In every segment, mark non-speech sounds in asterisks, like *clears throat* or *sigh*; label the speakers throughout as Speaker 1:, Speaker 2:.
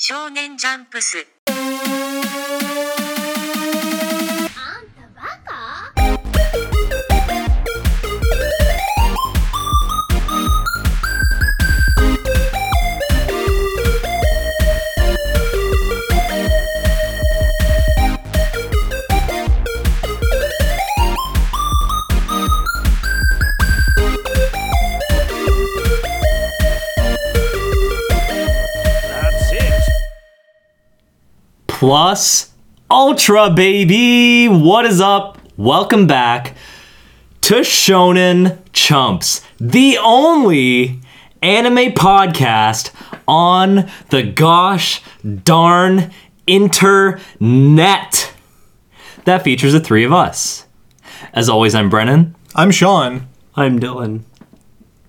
Speaker 1: 少年ジャンプス。
Speaker 2: That's it.
Speaker 3: plus Ultra Baby. What is up? Welcome back to Shonen Chumps, the only anime podcast on the gosh darn internet that features the three of us. As always, I'm Brennan.
Speaker 4: I'm Sean.
Speaker 5: I'm Dylan.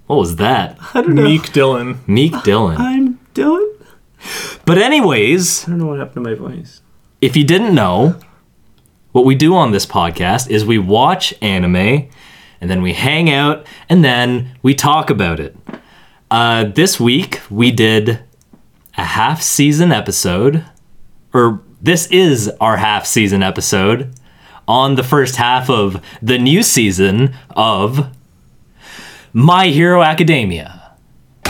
Speaker 3: What was that?
Speaker 5: I don't know.
Speaker 4: Meek Dylan.
Speaker 3: Meek Dylan.
Speaker 5: I'm Dylan.
Speaker 3: But, anyways,
Speaker 5: I don't know what happened to my voice.
Speaker 3: If you didn't know, what we do on this podcast is we watch anime and then we hang out and then we talk about it. Uh, this week we did a half season episode, or this is our half season episode on the first half of the new season of My Hero Academia.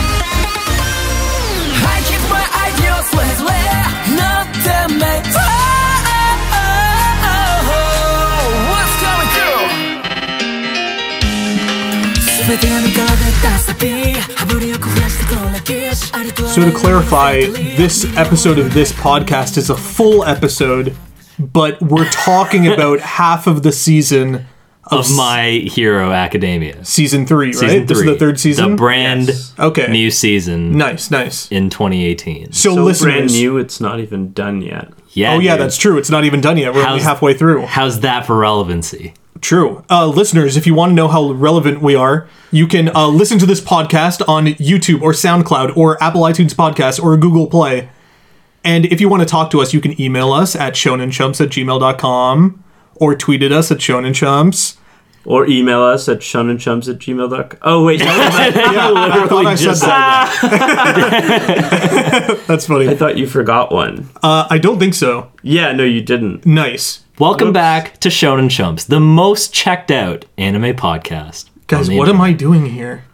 Speaker 6: I keep my ideals where it's where not the main What's going on?
Speaker 4: So, to clarify, this episode of this podcast is a full episode, but we're talking about half of the season of,
Speaker 3: Of My Hero Academia.
Speaker 4: season three, right? This is the third season.
Speaker 3: The brand
Speaker 4: Okay.
Speaker 3: new season.
Speaker 4: nice, nice.
Speaker 3: in 2018.
Speaker 4: So,
Speaker 5: So
Speaker 4: listeners,
Speaker 5: brand new, it's not even done yet.
Speaker 3: Yeah.
Speaker 4: Oh yeah,
Speaker 3: dude.
Speaker 4: that's true. It's not even done yet. We're only
Speaker 3: How's-
Speaker 4: halfway through.
Speaker 3: How's that for relevancy?
Speaker 4: True. Uh, listeners, if you want to know how relevant we are, you can uh, listen to this podcast on YouTube or SoundCloud or Apple iTunes Podcast or Google Play. And if you want to talk to us, you can email us at shonenchumps at gmail.com or tweet at us at shonenchumps.
Speaker 5: Or email us at shonenchums at gmail.com. Oh, wait. I
Speaker 4: I thought I said
Speaker 5: just
Speaker 4: that. *laughs* That's funny.
Speaker 5: thought you forgot one.
Speaker 4: Uh, I don't think so.
Speaker 5: Yeah, no, you didn't.
Speaker 4: Nice.
Speaker 3: Welcome back to Shonen Chumps, the most checked out anime podcast.
Speaker 4: Guys,
Speaker 3: on the
Speaker 4: what am
Speaker 3: internet.
Speaker 4: I doing here?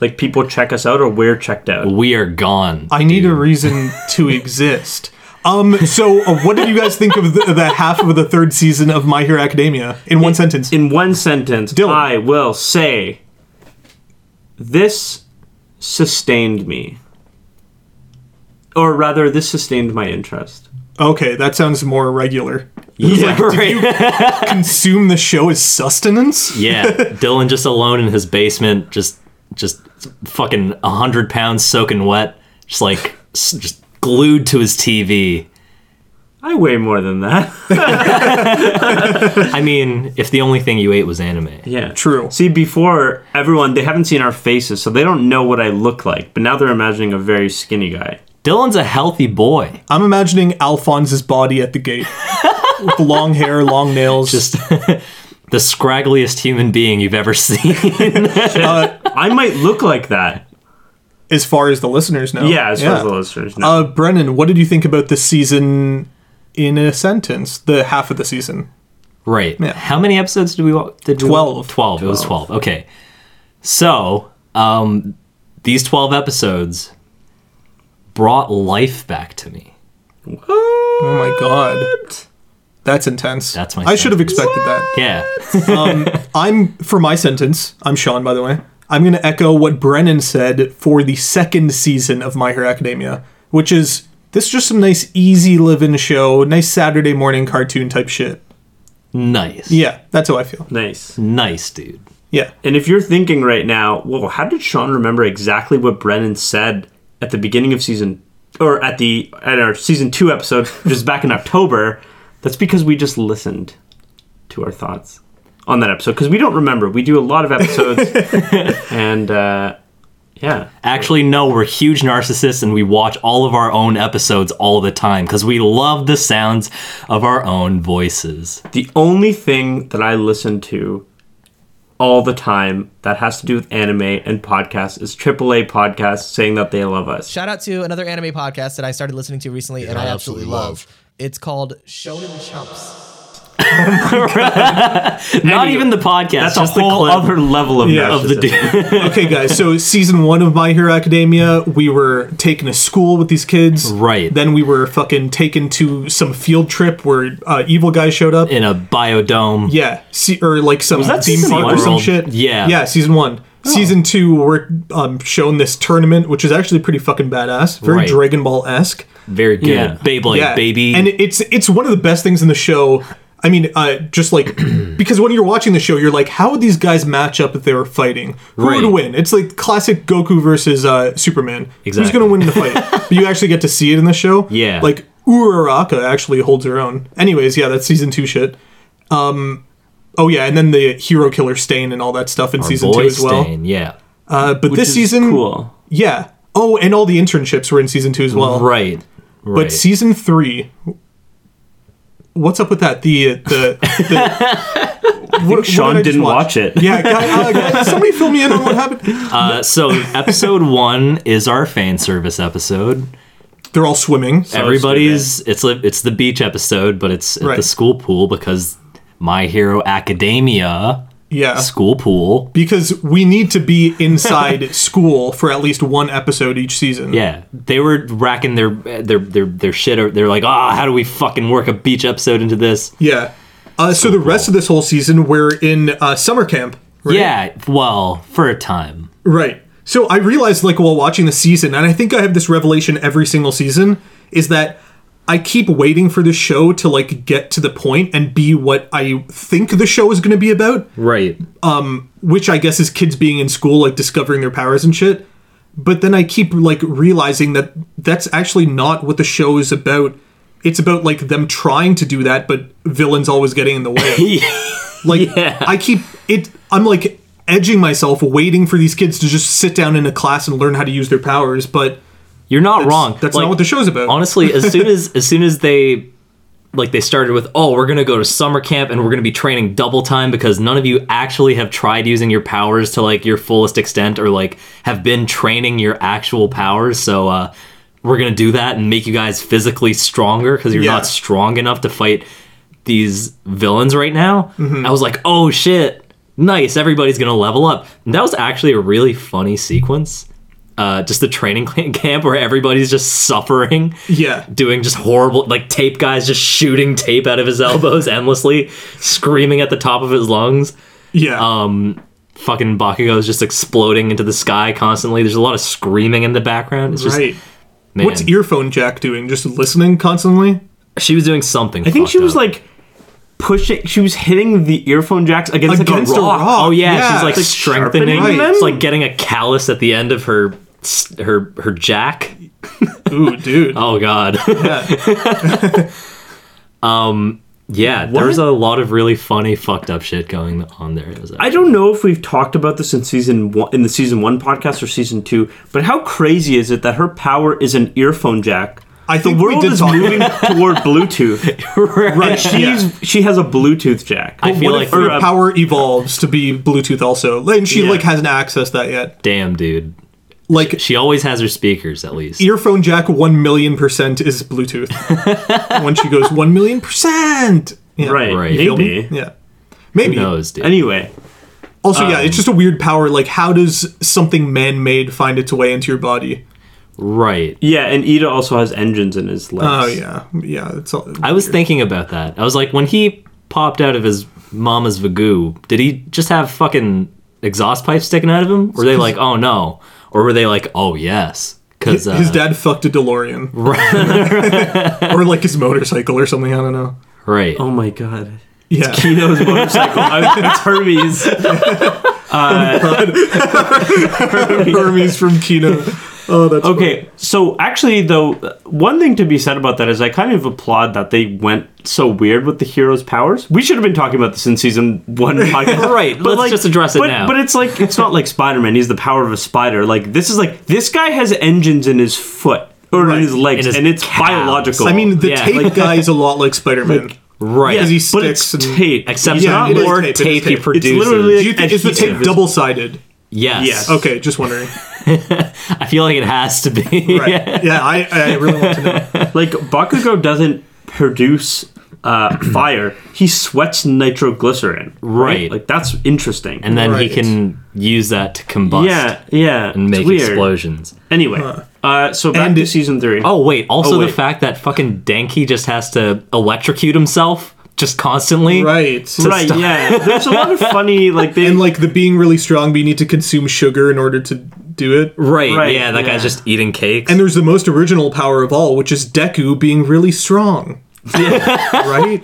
Speaker 5: Like, people check us out or we're checked out.
Speaker 3: We are gone.
Speaker 4: I need a reason
Speaker 5: *laughs*
Speaker 4: to exist. Um, so uh, what did you guys think of the, the half of the third season of My Hero Academia in one sentence?
Speaker 5: In one sentence,
Speaker 4: Dylan.
Speaker 5: I will say this sustained me. Or rather, this sustained my interest.
Speaker 4: Okay, that sounds more regular.
Speaker 3: *laughs* yeah, right.
Speaker 4: Consume the show as sustenance?
Speaker 3: yeah, Dylan just alone in his basement, just just fucking hundred pounds soaking wet, just like s- just glued to his TV.
Speaker 5: I weigh more than that. *laughs*
Speaker 3: I mean, if the only thing you ate was anime,
Speaker 5: Yeah.
Speaker 4: True.
Speaker 5: See, before everyone, they haven't seen our faces, so they don't know what I look like. But now they're imagining a very skinny
Speaker 4: *laughs*
Speaker 5: guy.
Speaker 3: Dylan's a healthy boy.
Speaker 4: I'm imagining Alphonse's body at
Speaker 3: *laughs*
Speaker 4: the gate with long hair, long nails.
Speaker 3: Just the scraggliest human being you've ever *laughs* seen.
Speaker 5: I might look like that.
Speaker 4: as far as the listeners know.
Speaker 5: Yeah, as far as the listeners know.
Speaker 4: Uh, Brennan, what did you think about the season in a sentence? The half of the season.
Speaker 3: Right.
Speaker 4: Yeah.
Speaker 3: How many episodes did we watch?
Speaker 4: Twelve.
Speaker 3: Twelve. It was twelve. Okay. So, um, these twelve episodes brought life back to me.
Speaker 4: Oh my god. That's intense.
Speaker 3: That's my
Speaker 4: I should have
Speaker 3: sentence.
Speaker 4: expected that.
Speaker 3: Yeah.
Speaker 4: I'm for my sentence. I'm Sean, by the way. I'm going to echo what Brennan said for the second season of My Hero Academia, which is this is just some nice, easy living show, nice Saturday morning cartoon type shit.
Speaker 3: nice.
Speaker 4: Yeah, that's how I feel.
Speaker 5: nice.
Speaker 3: Nice, dude.
Speaker 4: Yeah, *laughs*
Speaker 5: And if you're thinking right now, whoa, how did Sean remember exactly what Brennan said at the beginning of season, or at the at our season two episode, which is back in October? That's because we just listened to our thoughts on that episode because we don't remember. We do a lot of
Speaker 4: *laughs*
Speaker 5: episodes, and uh, yeah,
Speaker 3: Actually, no, we're huge narcissists and we watch all of our own episodes all the time because we love the sounds of our own voices.
Speaker 5: the only thing that I listened to all the time that has to do with anime and podcasts is AAA podcasts saying that they love us.
Speaker 1: Shout out to another anime podcast that I started listening to recently and I absolutely
Speaker 2: absolutely
Speaker 1: love. It's called Shonen Chumps.
Speaker 3: Not even the podcast.
Speaker 5: That's a
Speaker 3: just the
Speaker 5: whole
Speaker 3: clip
Speaker 5: other level of,
Speaker 4: Yeah.
Speaker 3: of the
Speaker 5: narcissism.
Speaker 3: dude.
Speaker 4: okay, guys. So season one of My Hero Academia, we were taken to school with these kids.
Speaker 3: Right.
Speaker 4: Then we were fucking taken to some field trip where uh, evil guys showed up.
Speaker 3: *laughs* in a biodome.
Speaker 4: yeah. See, or like some
Speaker 3: Um, that
Speaker 4: theme
Speaker 3: season
Speaker 4: park
Speaker 3: one?
Speaker 4: or some
Speaker 3: World.
Speaker 4: shit.
Speaker 3: Yeah. Oh.
Speaker 4: Yeah. Season one. Season two, we're um, shown this tournament, which is actually pretty fucking badass. Very
Speaker 3: Right.
Speaker 4: Dragon Ball esque.
Speaker 3: Very good.
Speaker 5: Yeah.
Speaker 3: Beyblade baby.
Speaker 4: And it's it's one of the best things in the show. I mean, uh, just like *clears throat* because when you're watching the show, you're like, how would these guys match up if they were fighting? Who
Speaker 3: Right.
Speaker 4: would win? It's like classic Goku versus uh, Superman. Who's
Speaker 3: Exactly.
Speaker 4: going to win the
Speaker 3: *laughs*
Speaker 4: fight? but you actually get to see it in the show.
Speaker 3: Yeah.
Speaker 4: Like Uraraka actually holds her own. Anyways, yeah, that's season two shit. Um, oh yeah, and then the hero killer stain and all that stuff in season two
Speaker 3: Boy
Speaker 4: as well.
Speaker 3: Stain, Yeah.
Speaker 4: Uh, but this
Speaker 5: is
Speaker 4: season,
Speaker 5: cool.
Speaker 4: yeah. Oh, and all the internships were in season two as well.
Speaker 3: Right. Right.
Speaker 4: But season three, what's up with that? The the, the what- what
Speaker 5: Sean
Speaker 4: did I just
Speaker 5: didn't watch it.
Speaker 4: Yeah, guys, uh, guys, somebody fill me in on
Speaker 3: *laughs*
Speaker 4: what happened.
Speaker 3: uh, so episode *laughs* one is our fan service
Speaker 4: Oh,
Speaker 3: episode.
Speaker 4: They're all swimming.
Speaker 3: Everybody's it's li- it's the beach episode, but it's at the
Speaker 4: Right.
Speaker 3: school pool because My Hero Academia
Speaker 4: Yeah,
Speaker 3: school pool.
Speaker 4: because we need to be inside *laughs* school for at least one episode each season.
Speaker 3: Yeah, they were racking their their their their shit. They're like, ah, how do we fucking work a beach episode into this?
Speaker 4: yeah. Uh, so the rest of this whole season, we're in uh, summer camp. Right?
Speaker 3: Yeah, well, for a time.
Speaker 4: Right. So I realized, like, while watching the season, and I think I have this revelation every single season, is that I keep waiting for the show to, like, get to the point and be what I think the show is going to be about,
Speaker 3: Right.
Speaker 4: which I guess is kids being in school, like, discovering their powers and shit. But then I keep, like, realizing that that's actually not what the show is about. It's about, like, them trying to do that, but villains always getting in the way. like, I keep it, I'm like, edging myself waiting for these kids to just sit down in a class and learn how to use their powers but
Speaker 3: *laughs* You're not wrong.
Speaker 4: That's
Speaker 3: Like,
Speaker 4: not what the show's about.
Speaker 3: honestly as soon as as soon as they like they started with oh we're gonna go to summer camp and we're gonna be training double time because none of you actually have tried using your powers to like your fullest extent or like have been training your actual powers so uh we're gonna do that and make you guys physically stronger because you're
Speaker 4: Yeah.
Speaker 3: not strong enough to fight these villains right now i was like oh shit nice everybody's gonna level up and that was actually a really funny sequence uh, just the training *laughs* camp where everybody's just suffering
Speaker 4: yeah
Speaker 3: doing just horrible like tape guys just shooting tape out of his elbows *laughs* endlessly screaming at the top of his lungs
Speaker 4: yeah
Speaker 3: fucking bakugo's just exploding into the sky constantly there's a lot of screaming in the background it's just
Speaker 4: right
Speaker 3: man,
Speaker 4: what's earphone jack doing just listening constantly
Speaker 3: she was doing something
Speaker 5: I think she was like pushing. She was hitting the earphone jacks against,
Speaker 4: Against
Speaker 5: like
Speaker 4: a
Speaker 5: a rock.
Speaker 4: rock.
Speaker 3: oh yeah,
Speaker 4: Yeah,
Speaker 3: she's like,
Speaker 4: it's like
Speaker 3: strengthening
Speaker 5: sharpening
Speaker 4: them?
Speaker 3: it's like getting a callus at the end of her her her jack
Speaker 4: ooh dude
Speaker 3: Oh God. um. *laughs* Yeah, there was a lot of really funny, fucked up shit going on
Speaker 5: *laughs*
Speaker 3: there. It was
Speaker 5: I don't know if we've talked about this in season one, in the season one podcast or season two, but how crazy is it that her power is an earphone jack?
Speaker 4: *laughs* I think
Speaker 5: the
Speaker 4: we
Speaker 5: world
Speaker 4: did
Speaker 5: is
Speaker 4: talk- *laughs*
Speaker 5: moving *laughs* toward Bluetooth.
Speaker 3: right.
Speaker 5: She's she has a Bluetooth jack.
Speaker 3: I feel like
Speaker 5: or
Speaker 4: her power evolves to be bluetooth also and she
Speaker 5: Yeah.
Speaker 4: like hasn't accessed that yet
Speaker 3: damn, dude.
Speaker 4: like
Speaker 3: She always has her speakers at least.
Speaker 4: earphone jack 1 million percent is bluetooth when she goes 1 million percent yeah.
Speaker 5: right,
Speaker 3: Right.
Speaker 5: Maybe.
Speaker 4: yeah maybe
Speaker 3: Who knows, dude?
Speaker 5: Anyway,
Speaker 4: also yeah it's just a weird power like how does something man-made find its way into your body
Speaker 3: right.
Speaker 5: yeah, and Ida also has engines in his legs.
Speaker 4: oh yeah yeah it's all
Speaker 3: I was thinking about that. I was like, when he popped out of his mama's vagoo, did he just have fucking exhaust pipes sticking out of him? Were they like, oh no, or were they like, oh yes? Because uh,
Speaker 4: his dad fucked a DeLorean. *laughs* or like his motorcycle or something, I don't know.
Speaker 3: right.
Speaker 5: Oh my god.
Speaker 4: Yeah. *laughs*
Speaker 5: Kino's motorcycle. I, it's Hermes.
Speaker 4: Hermes from Kino. Oh, that's
Speaker 5: Okay, so actually, though, one thing to be said about that is I kind of applaud that they went so weird with the hero's powers. We should have been talking about this in season
Speaker 3: *laughs*
Speaker 5: one podcast.
Speaker 3: Right, let's just address it
Speaker 5: but,
Speaker 3: now.
Speaker 5: But it's like, it's not like Spider Man. He's the power of a spider. Like, this is like, this guy has engines in his foot or in his
Speaker 3: In
Speaker 5: legs,
Speaker 3: his
Speaker 5: and it's
Speaker 3: calves.
Speaker 5: biological.
Speaker 4: I mean, the
Speaker 3: Yeah,
Speaker 4: tape
Speaker 3: like-
Speaker 4: guy is a lot like Spider Man.
Speaker 3: Right.
Speaker 5: Yeah,
Speaker 4: he
Speaker 5: but it's
Speaker 4: sticks and-
Speaker 3: *laughs*
Speaker 5: tape.
Speaker 3: Except
Speaker 5: Yeah,
Speaker 3: not
Speaker 4: it is
Speaker 3: more
Speaker 4: tape,
Speaker 3: tape,
Speaker 4: it
Speaker 3: he
Speaker 4: is tape. It's
Speaker 5: It's
Speaker 3: produces.
Speaker 5: literally
Speaker 4: Do you think is the tape
Speaker 5: adhesive.
Speaker 4: double sided?
Speaker 3: yes.
Speaker 5: Yes.
Speaker 4: Okay, just wondering.
Speaker 3: I feel like it has to be.
Speaker 4: Right. yeah, I, I really want to know.
Speaker 5: Like Bakugo doesn't produce
Speaker 3: *clears throat*
Speaker 5: uh, fire; he sweats nitroglycerin.
Speaker 3: Right.
Speaker 5: Like that's interesting.
Speaker 3: *laughs* And then
Speaker 4: Right.
Speaker 3: he can use that to combust
Speaker 5: yeah, yeah,
Speaker 3: and make
Speaker 5: it's weird.
Speaker 3: explosions.
Speaker 5: Anyway, uh, so back
Speaker 4: And-
Speaker 5: to season three.
Speaker 3: Oh wait, also
Speaker 5: Oh,
Speaker 3: the
Speaker 5: wait.
Speaker 3: fact that fucking Denki just has to electrocute himself just constantly.
Speaker 4: Right.
Speaker 5: right, yeah. There's a lot of
Speaker 3: *laughs*
Speaker 5: funny like they
Speaker 4: And like the being really strong, but you need to consume sugar in order to do it.
Speaker 3: Right,
Speaker 5: Right,
Speaker 3: yeah, that guy's
Speaker 5: yeah.
Speaker 3: just eating cakes.
Speaker 4: And there's the most original power of all, which is Deku being really strong. *laughs* right?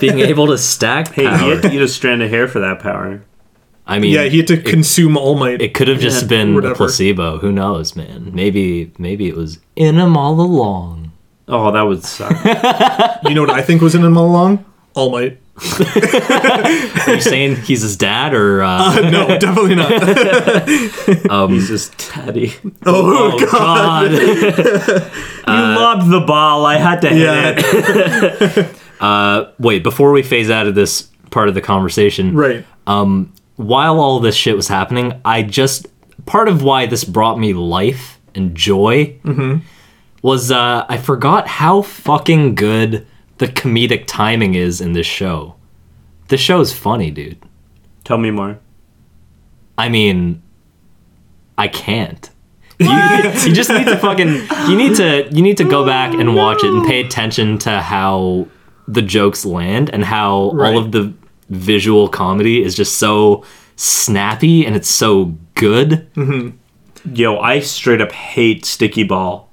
Speaker 3: being
Speaker 5: *laughs*
Speaker 3: able to stack
Speaker 5: hey,
Speaker 3: power.
Speaker 5: you had to eat a strand of hair for that power.
Speaker 3: I mean,
Speaker 4: Yeah, he had to consume All Might.
Speaker 3: it could have just
Speaker 5: Yeah,
Speaker 3: been
Speaker 4: whatever.
Speaker 3: a placebo. Who knows, man? Maybe, maybe it was in him all along.
Speaker 5: Oh, that would suck.
Speaker 4: *laughs* you know what I think was in him all along? All Might.
Speaker 3: Are
Speaker 5: *laughs*
Speaker 3: you saying he's his dad, or uh, um,
Speaker 4: No, *laughs* definitely not.
Speaker 5: *laughs* He's just teddy. You
Speaker 4: Oh,
Speaker 3: *laughs* oh
Speaker 4: God.
Speaker 5: *laughs*
Speaker 3: god? *laughs* Uh,
Speaker 5: lobbed the ball. I had to hit it.
Speaker 4: Yeah,
Speaker 3: Wait, before we phase out of this part of the conversation,
Speaker 4: *laughs* right.
Speaker 3: Um, while all this shit was happening, I just part of why this brought me life and joy was uh, I forgot how fucking good the comedic timing is in this show. The show is funny, dude.
Speaker 5: Tell me more.
Speaker 3: I mean, I
Speaker 4: *laughs*
Speaker 3: can't. You, you just need to fucking you need to you need to go back
Speaker 4: Oh,
Speaker 3: and watch it and pay attention to how the jokes land and how
Speaker 4: Right.
Speaker 3: all of the visual comedy is just so snappy and it's so good.
Speaker 5: Yo, I straight up hate Sticky Ball.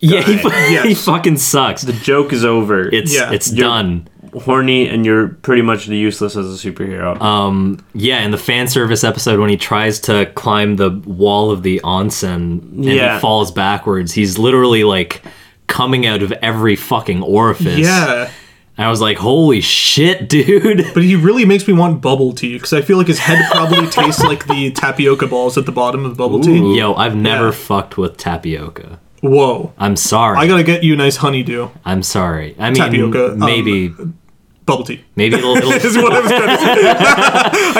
Speaker 3: Yeah, *laughs* he, fu- he
Speaker 4: yes.
Speaker 3: fucking sucks.
Speaker 5: The joke is over.
Speaker 3: It's
Speaker 4: Yeah.
Speaker 3: it's
Speaker 5: You're-
Speaker 3: done.
Speaker 5: horny, and you're pretty much useless as a superhero.
Speaker 3: Yeah, in the fan service episode when he tries to climb the wall of the onsen and
Speaker 5: Yeah.
Speaker 3: he falls backwards, he's literally like coming out of every fucking orifice.
Speaker 4: Yeah.
Speaker 3: And I was like, holy shit,
Speaker 4: *laughs*
Speaker 3: dude.
Speaker 4: But he really makes me want bubble tea because I feel like his head *laughs* probably tastes like the tapioca balls at the bottom of bubble tea.
Speaker 3: Yo, I've never
Speaker 4: Yeah.
Speaker 3: fucked with tapioca.
Speaker 4: Whoa.
Speaker 3: I'm sorry.
Speaker 4: I gotta get you a nice honeydew.
Speaker 3: I'm sorry. I mean,
Speaker 4: Tapioca, um,
Speaker 3: maybe,
Speaker 4: Bubble tea.
Speaker 3: maybe it'll. it'll
Speaker 4: *laughs* Is what I was trying to say. *laughs*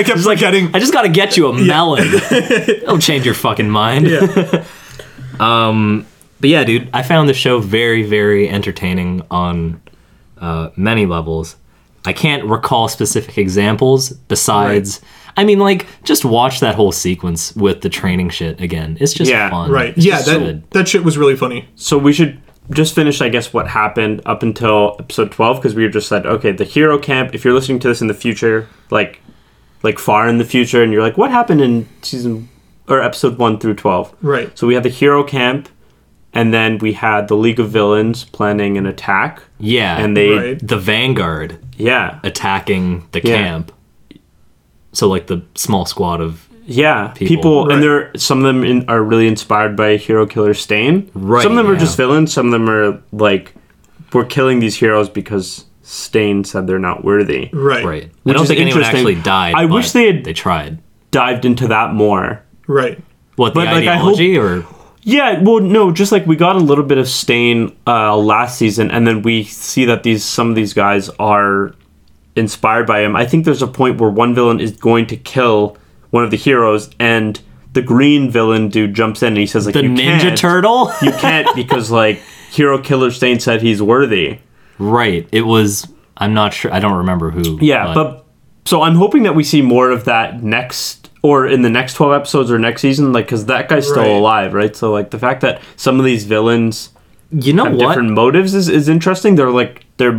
Speaker 4: I kept forgetting.
Speaker 3: I just gotta get you a melon.
Speaker 5: *laughs*
Speaker 3: It'll change your fucking mind. Um,
Speaker 4: yeah.
Speaker 3: *laughs* But yeah, dude, I found the show very, very entertaining on uh, many levels. I can't recall specific examples besides. I mean, like, just watch that whole sequence with the training shit again. It's just
Speaker 5: Yeah,
Speaker 3: fun.
Speaker 4: Right.
Speaker 3: It's
Speaker 4: Yeah,
Speaker 3: just good.
Speaker 4: that, that shit was really funny.
Speaker 5: so we should just finish, I guess, what happened up until episode twelve because we just said, okay, the hero camp. If you're listening to this in the future, like, like far in the future, and you're like, what happened in season or episode one through twelve?
Speaker 4: Right.
Speaker 5: So we had the hero camp, and then we had the League of Villains planning an attack,
Speaker 3: Yeah.
Speaker 5: and they,
Speaker 4: Right.
Speaker 3: the Vanguard
Speaker 5: yeah,
Speaker 3: attacking the
Speaker 5: Yeah.
Speaker 3: camp. So like the small squad of
Speaker 5: yeah, people,
Speaker 4: Right.
Speaker 5: and they're some of them in, are really inspired by Hero Killer Stain.
Speaker 3: Right,
Speaker 5: Some of them are
Speaker 3: yeah.
Speaker 5: just villains. Some of them are like, we're killing these heroes because Stain said they're not worthy.
Speaker 4: Right.
Speaker 3: right. I
Speaker 5: Which
Speaker 3: don't
Speaker 5: is
Speaker 3: think anyone
Speaker 5: interesting.
Speaker 3: actually died.
Speaker 5: I wish
Speaker 3: but
Speaker 5: they had-
Speaker 3: they tried.
Speaker 5: Dived into that more.
Speaker 4: Right.
Speaker 3: What the
Speaker 5: But, like, I hope-
Speaker 3: ideology or
Speaker 5: Yeah, well, no, just like we got a little bit of Stain uh, last season, and then we see that these some of these guys are inspired by him. I think there's a point where one villain is going to kill one of the heroes, and the green villain dude jumps in and he says like
Speaker 3: the
Speaker 5: you
Speaker 3: Ninja
Speaker 5: can't.
Speaker 3: Turtle?
Speaker 5: *laughs* you can't because like hero killer stain said he's worthy
Speaker 3: right. It was. I'm not sure. I don't remember who.
Speaker 5: yeah but so i'm hoping that we see more of that next or in the next 12 episodes or next season like because that guy's still
Speaker 4: Right.
Speaker 5: alive right so like the fact that some of these villains
Speaker 3: you know
Speaker 5: have
Speaker 3: what?
Speaker 5: different motives is, is interesting they're like they're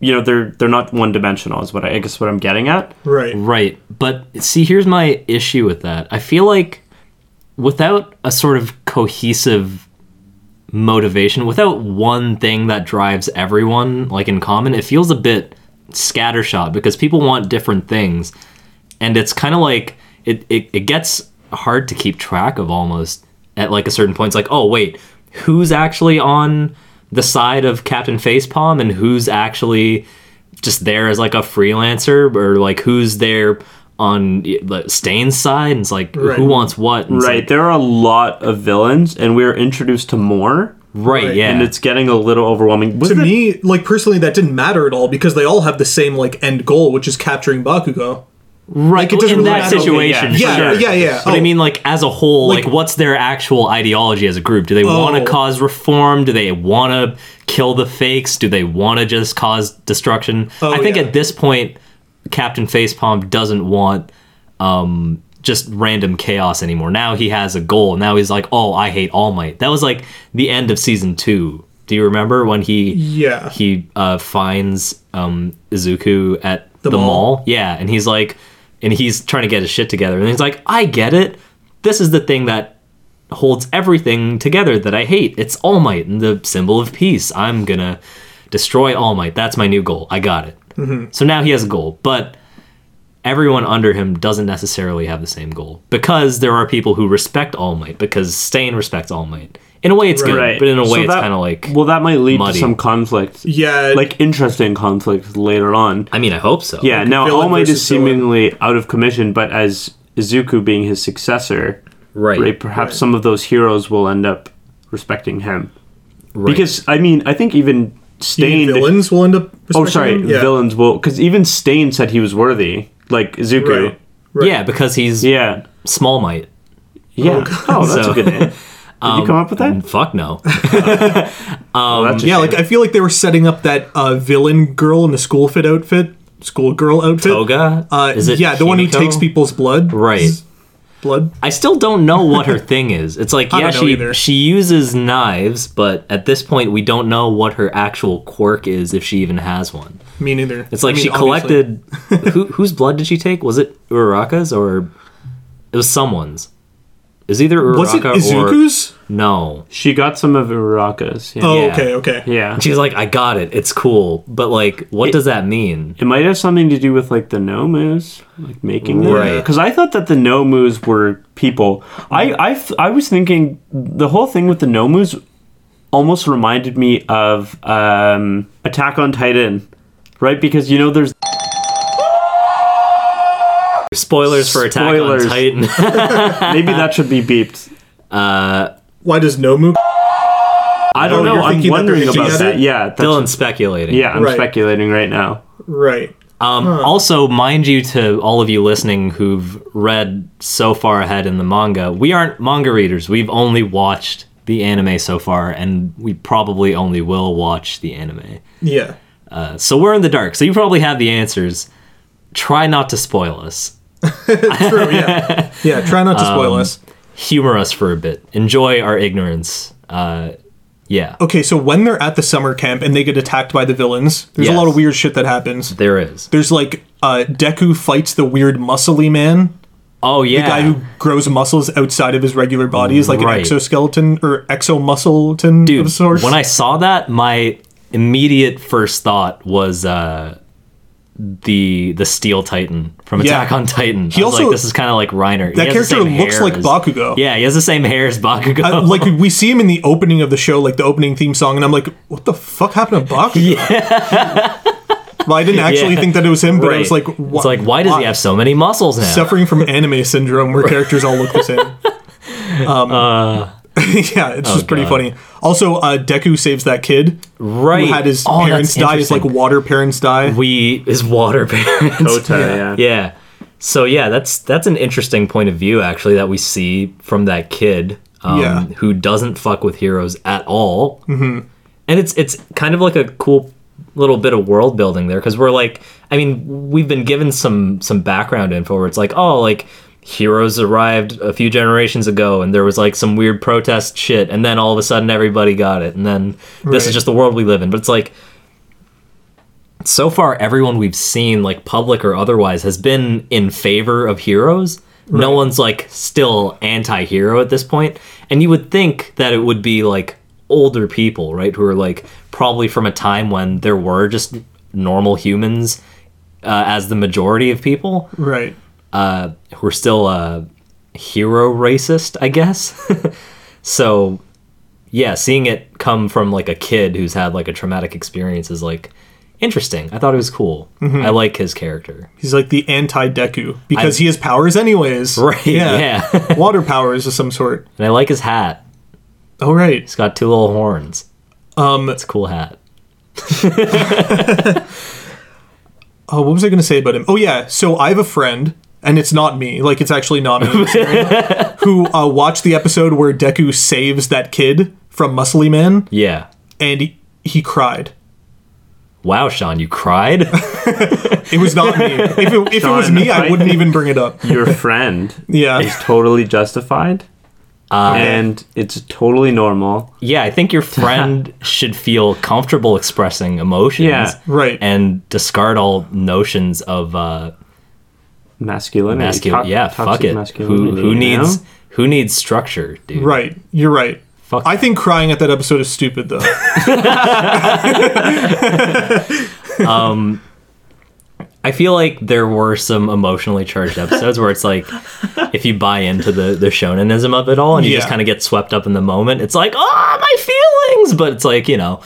Speaker 5: you know they're they're not one-dimensional is what i, I guess what i'm getting at
Speaker 4: Right.
Speaker 3: Right. But see, here's my issue with that. I feel like without a sort of cohesive motivation, without one thing that drives everyone like in common, it feels a bit scattershot because people want different things. And it's kind of like it, it it gets hard to keep track of almost at like a certain point. It's like, "Oh, wait, who's actually on the side of Captain Facepalm and who's actually just there as like a freelancer or like who's there on like, Stain's side and it's like
Speaker 4: Right.
Speaker 3: who wants what and it's
Speaker 5: right
Speaker 3: like-
Speaker 5: there are a lot of villains and we're introduced to more
Speaker 3: Right, yeah.
Speaker 5: and it's getting a little overwhelming. Was
Speaker 4: to
Speaker 5: there-
Speaker 4: me, like personally, that didn't matter at all because they all have the same like end goal, which is capturing Bakugo.
Speaker 3: right.
Speaker 4: it doesn't
Speaker 3: in
Speaker 4: really
Speaker 3: that
Speaker 4: matter.
Speaker 3: situation.
Speaker 5: Okay,
Speaker 4: Yeah,
Speaker 3: sure.
Speaker 4: yeah, yeah.
Speaker 3: But I
Speaker 4: Oh.
Speaker 3: mean, like as a whole, like,
Speaker 4: Like-
Speaker 3: what's their actual ideology as a group? Do they want
Speaker 4: Oh.
Speaker 3: to cause reform? Do they want to kill the fakes? Do they want to just cause destruction? I think
Speaker 4: Oh, yeah.
Speaker 3: at this point, Captain Facepalm doesn't want um, just random chaos anymore. Now he has a goal. Now he's like, oh, I hate All Might. That was like the end of season two. Do you remember when he
Speaker 4: Yeah.
Speaker 3: he uh, finds um, Izuku at the,
Speaker 4: mall?
Speaker 3: mall? Yeah, and he's like, and he's trying to get his shit together, and he's like, I get it. This is the thing that holds everything together that I hate. It's All Might and the symbol of peace. I'm gonna destroy All Might. That's my new goal. I got it.
Speaker 5: Mm-hmm.
Speaker 3: So now he has a goal, but everyone under him doesn't necessarily have the same goal because there are people who respect All Might because Stain respects All Might. In a way, it's good,
Speaker 5: right?
Speaker 3: but in a way,
Speaker 5: So
Speaker 3: it's
Speaker 5: that-
Speaker 3: kind of like.
Speaker 5: well, that might lead
Speaker 3: muddy.
Speaker 5: to some conflict.
Speaker 4: Yeah,
Speaker 5: like interesting conflict later on.
Speaker 3: I mean, I hope so.
Speaker 5: Yeah, now
Speaker 4: villain
Speaker 5: All Might is
Speaker 4: versus villain.
Speaker 5: seemingly out of commission, but as Izuku being his successor,
Speaker 3: Right.
Speaker 5: right, perhaps some of those heroes will end up respecting him.
Speaker 3: Right.
Speaker 5: Because I mean, I think even Stain.
Speaker 4: villains will end up.
Speaker 5: oh,
Speaker 4: respecting
Speaker 5: sorry,
Speaker 4: him? Yeah.
Speaker 5: villains will because even Stain said he was worthy, like Izuku.
Speaker 4: Right. Right.
Speaker 3: Yeah, because he's
Speaker 5: Yeah,
Speaker 3: small might.
Speaker 5: yeah. Oh, that's
Speaker 3: So- um,
Speaker 5: a
Speaker 3: *laughs*
Speaker 5: good name. Did you come up with that?
Speaker 3: Fuck no.
Speaker 5: Oh,
Speaker 3: um,
Speaker 5: that's a
Speaker 4: Yeah,
Speaker 5: shame.
Speaker 4: like I feel like they were setting up that uh, villain girl in the school fit outfit, school girl outfit.
Speaker 3: Toga?
Speaker 4: *laughs* Uh,
Speaker 3: Is it
Speaker 4: yeah, the one who
Speaker 3: Himiko?
Speaker 4: takes people's blood.
Speaker 3: Right.
Speaker 4: Blood.
Speaker 3: I still don't know what her thing is. It's like,
Speaker 4: *laughs* I
Speaker 3: yeah,
Speaker 4: don't know
Speaker 3: she
Speaker 4: either.
Speaker 3: she uses knives, but at this point we don't know what her actual quirk is if she even has one.
Speaker 4: Me neither.
Speaker 3: It's like
Speaker 4: I mean,
Speaker 3: she
Speaker 4: obviously. *laughs*
Speaker 3: collected who whose blood did she take? Was it Uraraka's or it was someone's? It was either Uraraka
Speaker 4: Was it
Speaker 3: or
Speaker 4: Izuku's?
Speaker 3: No.
Speaker 5: she got some of Uraka's. Yeah.
Speaker 4: Oh,
Speaker 3: yeah.
Speaker 4: okay, okay.
Speaker 5: yeah.
Speaker 3: She's like, I got it. It's cool. But like, what does that mean?
Speaker 5: It might have something to do with like the nomus, like making them.
Speaker 3: Right.
Speaker 5: Because I thought that the nomus were people. I, I f- I was thinking the whole thing with the nomus almost reminded me of um, Attack on Titan, right? Because you know there's
Speaker 3: Spoilers for Attack
Speaker 5: Spoilers.
Speaker 3: on
Speaker 5: *laughs*
Speaker 3: Titan.
Speaker 5: maybe that should be beeped.
Speaker 4: Why does Nomu?
Speaker 5: I don't
Speaker 4: Oh,
Speaker 5: know.
Speaker 4: you're
Speaker 5: I'm
Speaker 4: thinking that they're
Speaker 5: wondering
Speaker 4: hinting
Speaker 5: about
Speaker 4: at
Speaker 5: that.
Speaker 4: it?
Speaker 5: Yeah, that's,
Speaker 3: Dylan's speculating.
Speaker 5: yeah. I'm
Speaker 4: Right.
Speaker 5: speculating right now.
Speaker 4: Right.
Speaker 3: Um, Also, mind you, to all of you listening who've read so far ahead in the manga, we aren't manga readers. We've only watched the anime so far, and we probably only will watch the anime.
Speaker 4: Yeah.
Speaker 3: Uh, so we're in the dark. So you probably have the answers. Try not to spoil us.
Speaker 4: True.
Speaker 3: *laughs*
Speaker 4: Yeah. yeah. Try not to
Speaker 3: Um,
Speaker 4: spoil us.
Speaker 3: Humor us for a bit. Enjoy our ignorance. Uh, yeah,
Speaker 4: Okay, so when they're at the summer camp and they get attacked by the villains, there's a
Speaker 3: Yes.
Speaker 4: lot of weird shit that happens.
Speaker 3: there is.
Speaker 4: There's like uh, Deku fights the weird muscly man,
Speaker 3: Oh yeah,
Speaker 4: guy who grows muscles outside of his regular body, is like
Speaker 3: Right.
Speaker 4: an exoskeleton or exomuscleton
Speaker 3: Dude,
Speaker 4: of sorts.
Speaker 3: when I saw that, my immediate first thought was uh, the the Steel Titan from
Speaker 4: Yeah.
Speaker 3: Attack on Titan. He I was
Speaker 4: also-
Speaker 3: like, this is kind of like Reiner. He
Speaker 4: That
Speaker 3: has the
Speaker 4: character
Speaker 3: same
Speaker 4: looks
Speaker 3: hair
Speaker 4: like
Speaker 3: as-
Speaker 4: Bakugo.
Speaker 3: Yeah, he has the same hair as Bakugo. *laughs*
Speaker 4: Uh, like we see him in the opening of the show, like the opening theme song, and I'm like, what the fuck happened to Bakugo? well, I didn't actually
Speaker 3: Yeah.
Speaker 4: think that it was him, but
Speaker 3: Right.
Speaker 4: I was like, wha-
Speaker 3: it's like, why does he have so many muscles now?
Speaker 4: suffering from anime syndrome where characters all look the same? Um,
Speaker 3: *laughs*
Speaker 4: *laughs* yeah, it's just pretty
Speaker 3: Uh, oh God.
Speaker 4: funny. Also, uh, Deku saves that kid
Speaker 3: right.
Speaker 4: who had his
Speaker 3: Oh,
Speaker 4: parents
Speaker 3: that's
Speaker 4: die, his like
Speaker 3: interesting.
Speaker 4: water parents die.
Speaker 3: we his water *laughs* parents.
Speaker 5: Ota, yeah.
Speaker 3: yeah. So yeah, that's that's an interesting point of view actually that we see from that kid um,
Speaker 4: Yeah.
Speaker 3: who doesn't fuck with heroes at all. Mm-hmm. And it's it's kind of like a cool little bit of world building there because we're like, I mean, we've been given some some background info where it's like, oh, like heroes arrived a few generations ago and there was like some weird protest shit and then all of a sudden everybody got it and then this
Speaker 4: Right.
Speaker 3: is just the world we live in but it's like so far everyone we've seen like public or otherwise has been in favor of heroes no one's like still anti-hero at this point and you would think that it would be like older people right who are like probably from a time when there were just normal humans uh, as the majority of people
Speaker 4: Right.
Speaker 3: uh, who are still uh, hero racist i guess *laughs* so yeah seeing it come from like a kid who's had like a traumatic experience is like interesting i thought it was cool i like his character
Speaker 4: He's like the anti Deku because he has powers anyways.
Speaker 3: Right, yeah. *laughs*
Speaker 4: water powers of some sort.
Speaker 3: and i like his hat
Speaker 4: Oh right.
Speaker 3: It's got two little horns. Um, it's a cool hat.
Speaker 4: Oh, what was I going to say about him? Oh yeah. So I have a friend, and it's not me. Like it's actually
Speaker 5: *laughs*
Speaker 4: not me. who uh, watched the episode where Deku saves that kid from Muscly Man,
Speaker 3: Yeah.
Speaker 4: and he, he cried.
Speaker 3: Wow, Sean, you cried. *laughs*
Speaker 4: It was
Speaker 5: *laughs*
Speaker 4: not me. If it, if it was
Speaker 5: Sean,
Speaker 4: me, I
Speaker 5: right?
Speaker 4: wouldn't even bring it up.
Speaker 5: Your friend
Speaker 4: Yeah.
Speaker 5: is totally justified. and it's totally normal.
Speaker 3: yeah, I think your friend should feel comfortable expressing emotions.
Speaker 5: Yeah,
Speaker 4: right.
Speaker 3: And discard all notions of uh,
Speaker 5: Masculinity.
Speaker 3: masculine.
Speaker 5: to-
Speaker 3: yeah,
Speaker 5: toxic
Speaker 3: fuck it. Who
Speaker 5: masculinity,
Speaker 3: who
Speaker 5: you
Speaker 3: needs
Speaker 5: know?
Speaker 3: who needs structure, dude?
Speaker 4: Right. You're right.
Speaker 3: Fuck
Speaker 4: I
Speaker 3: that.
Speaker 4: think crying at that episode is stupid
Speaker 5: *laughs*
Speaker 4: though.
Speaker 3: I feel like there were some emotionally charged episodes where it's like if you buy into the the shonenism of it all and you just
Speaker 4: Yeah.
Speaker 3: kind of get swept up in the moment, it's like, "Oh, my feelings." But it's like, you know.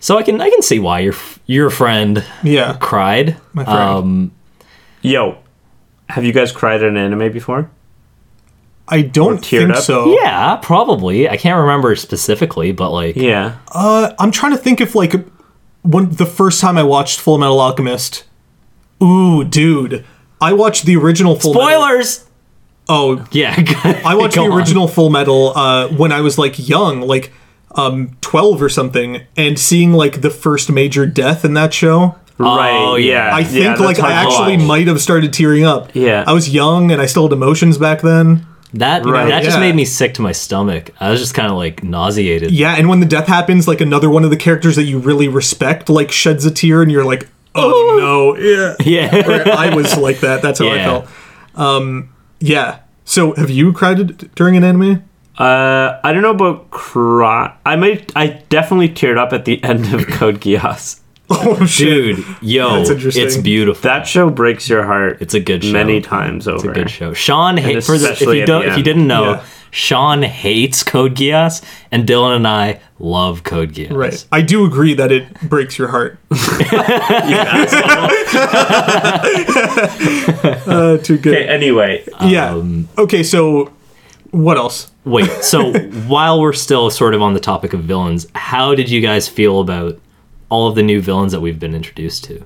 Speaker 3: So I can I can see why your f- your friend
Speaker 4: Yeah.
Speaker 3: cried.
Speaker 4: My friend.
Speaker 3: Um
Speaker 5: Yo, have you guys cried at an anime before?
Speaker 4: I don't
Speaker 5: teared
Speaker 4: think
Speaker 5: up?
Speaker 4: so.
Speaker 3: yeah, probably. I can't remember specifically, but like
Speaker 5: Yeah.
Speaker 4: I'm trying to think if like when the first time I watched Full Metal Alchemist. Ooh, dude. I watched the original Full Metal.
Speaker 3: spoilers.
Speaker 4: Oh,
Speaker 3: Yeah. *laughs* go-
Speaker 4: I watched
Speaker 3: go
Speaker 4: the
Speaker 3: on.
Speaker 4: original Full Metal uh, when I was like young, like um 12 or something, and seeing like the first major death in that show.
Speaker 5: right.
Speaker 3: Oh, yeah.
Speaker 5: Yeah.
Speaker 4: I think
Speaker 5: yeah,
Speaker 4: like
Speaker 5: that's
Speaker 4: I
Speaker 5: how
Speaker 4: actually
Speaker 5: watched.
Speaker 4: might have started tearing up.
Speaker 5: Yeah.
Speaker 4: I was young and I still had emotions back then.
Speaker 3: That
Speaker 5: Right,
Speaker 3: that just
Speaker 4: yeah.
Speaker 3: made me sick to my stomach. I was just kind of like nauseated.
Speaker 4: Yeah, and when the death happens, like another one of the characters that you really respect like sheds a tear and you're like, "Oh no." Yeah.
Speaker 3: *laughs* Yeah.
Speaker 4: Or I was like that. That's how I
Speaker 3: Yeah.
Speaker 4: felt. Um yeah. So, have you cried d- during an anime? *laughs*
Speaker 5: Uh, I don't know about cry. I might. I definitely teared up at the *laughs* end of Code Geass.
Speaker 4: Oh shit.
Speaker 3: Dude, yo,
Speaker 4: That's interesting.
Speaker 3: it's beautiful.
Speaker 5: That show breaks your heart.
Speaker 3: It's a good show.
Speaker 5: Many times over.
Speaker 3: It's a good show. Sean, ha- for the, if,
Speaker 5: especially
Speaker 3: you
Speaker 5: at
Speaker 3: don't,
Speaker 5: the
Speaker 3: if you
Speaker 5: end.
Speaker 3: didn't know,
Speaker 4: Yeah.
Speaker 3: Sean hates Code Geass, and Dylan and I love Code Geass.
Speaker 4: Right. I do agree that it breaks your heart. *laughs* uh, too good.
Speaker 5: Okay. Anyway,
Speaker 4: yeah. okay, so what else? *laughs*
Speaker 3: Wait. So while we're still sort of on the topic of villains, how did you guys feel about all of the new villains that we've been introduced to?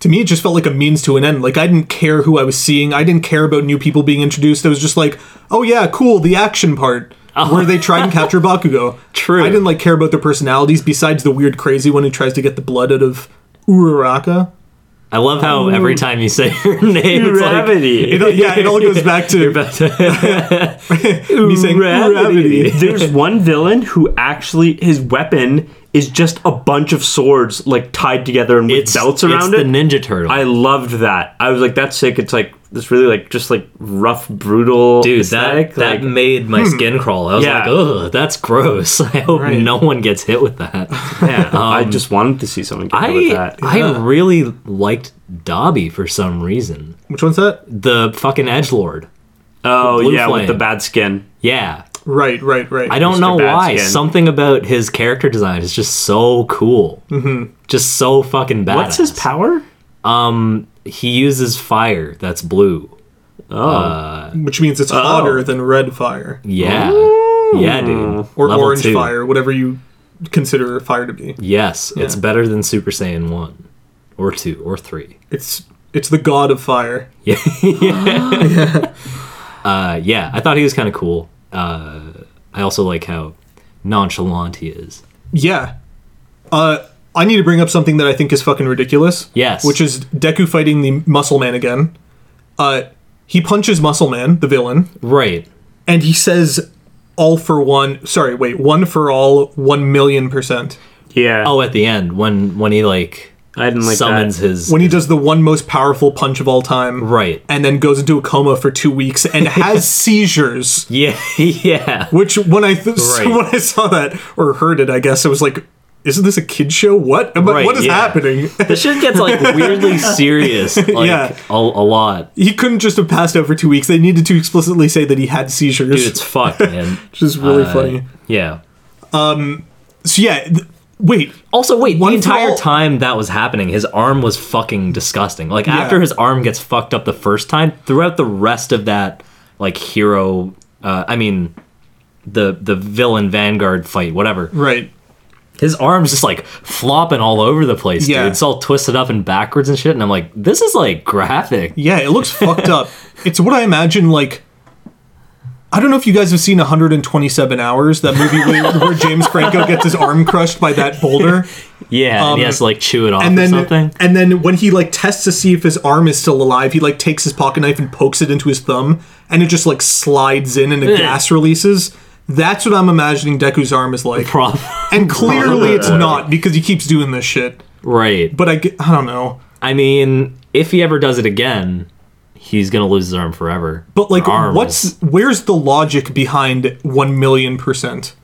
Speaker 4: To me, it just felt like a means to an end. Like, I didn't care who I was seeing. I didn't care about new people being introduced. I was just like, oh, yeah, cool, the action part where they tried and capture Bakugo.
Speaker 3: True.
Speaker 4: I didn't, like, care about their personalities besides the weird, crazy one who tries to get the blood out of Uraraka.
Speaker 3: I love how every time you say *laughs* her name, *laughs* it's like,
Speaker 5: gravity.
Speaker 4: It all- yeah, it all goes back to me saying,
Speaker 5: gravity. *laughs*
Speaker 4: "Uravity."
Speaker 5: There's one villain who actually his weapon is just a bunch of swords like tied together and with
Speaker 3: it's,
Speaker 5: belts around
Speaker 3: it's
Speaker 5: it.
Speaker 3: the Ninja Turtle.
Speaker 5: I loved that. I was like, that's sick. It's like this really like just like rough, brutal.
Speaker 3: Dude,
Speaker 5: aesthetic,
Speaker 3: that, that
Speaker 5: like, hmm.
Speaker 3: made my skin crawl. I was like,
Speaker 5: Yeah.
Speaker 3: ugh, that's gross. *laughs* I hope no one gets hit with that.
Speaker 5: yeah, *laughs*
Speaker 3: *laughs*
Speaker 5: I just wanted to see someone get hit with
Speaker 3: Um, I
Speaker 5: that.
Speaker 3: I really liked Dobby for some reason.
Speaker 4: Which one's that?
Speaker 3: The fucking Edge Lord.
Speaker 5: oh
Speaker 3: blue
Speaker 5: yeah, with the
Speaker 3: flame.
Speaker 5: bad skin.
Speaker 3: Yeah.
Speaker 4: Right, right, right.
Speaker 3: I don't
Speaker 5: Mr.
Speaker 3: know why.
Speaker 5: Badskin.
Speaker 3: Something about his character design is just so cool. Mm-hmm. Just so fucking badass.
Speaker 5: What's his power?
Speaker 3: He uses fire that's blue.
Speaker 4: Which means it's
Speaker 3: Oh.
Speaker 4: hotter than red fire
Speaker 3: Yeah. Yeah, dude.
Speaker 4: or
Speaker 3: Level
Speaker 4: orange
Speaker 3: two.
Speaker 4: fire, whatever you consider fire to be.
Speaker 3: Yes, it's better than Super Saiyan 1 or 2 or 3.
Speaker 4: It's it's the god of fire.
Speaker 3: Uh, yeah, I thought he was kind of cool. Uh, I also like how nonchalant he is.
Speaker 4: Yeah. Uh, I need to bring up something that I think is fucking ridiculous.
Speaker 3: Yes.
Speaker 4: Which is Deku fighting the Muscle Man again. Uh, he punches Muscle Man, the villain,
Speaker 3: Right.
Speaker 4: and he says, "All for one." Sorry, wait, one for all, one million percent.
Speaker 5: Yeah.
Speaker 3: Oh, at the end when when he like
Speaker 5: I didn't like
Speaker 3: summons
Speaker 5: that.
Speaker 3: his *laughs*
Speaker 4: When he does the one most powerful punch of all time,
Speaker 3: right.
Speaker 4: and then goes into a coma for two weeks
Speaker 3: *laughs*
Speaker 4: and has seizures.
Speaker 3: Yeah, yeah.
Speaker 4: Which when I th- *laughs* so
Speaker 3: Right.
Speaker 4: when I saw that or heard it, I guess I was like, "Isn't this a kid show? What? Am I-
Speaker 3: Right,
Speaker 4: what is
Speaker 3: yeah.
Speaker 4: happening?" *laughs*
Speaker 3: The shit gets like weirdly serious. Like
Speaker 4: Yeah.
Speaker 3: a, a lot.
Speaker 4: he couldn't just have passed out for two weeks. They needed to explicitly say that he had seizures,
Speaker 3: Dude, it's Uh, fucked, man.
Speaker 4: which is really funny.
Speaker 3: Yeah.
Speaker 4: So yeah, th- wait,
Speaker 3: Also, wait,
Speaker 4: One
Speaker 3: the
Speaker 4: for
Speaker 3: entire
Speaker 4: all-
Speaker 3: time that was happening, his arm was fucking disgusting. Like, after his arm gets fucked up the first time, throughout the rest of that, like, hero, uh, I mean, the the villain Vanguard fight, whatever.
Speaker 4: Right.
Speaker 3: His arms just like flopping all over the place,
Speaker 4: Yeah.
Speaker 3: dude. It's all twisted up and backwards and shit. And I'm like, this is like graphic.
Speaker 4: Yeah, it looks fucked
Speaker 3: *laughs*
Speaker 4: up. It's what I imagine like. I don't know if you guys have seen 127 Hours, that movie where, where James Franco gets his arm crushed by
Speaker 3: *laughs*
Speaker 4: that boulder,
Speaker 3: Yeah, and he has to like chew it off
Speaker 4: Um, and
Speaker 3: or
Speaker 4: then
Speaker 3: something.
Speaker 4: and then when he like tests to see if his arm is still alive, he like takes his pocket knife and pokes it into his thumb, and it just like slides in and a gas releases. That's what I'm imagining Deku's arm is like,
Speaker 3: Prob-
Speaker 4: and clearly it's not because he keeps doing this shit.
Speaker 3: *laughs* right.
Speaker 4: But I, ge- I don't know.
Speaker 3: I mean, if he ever does it again, he's gonna lose his arm forever.
Speaker 4: But like,
Speaker 3: Arm.
Speaker 4: what's where's the logic behind one million percent?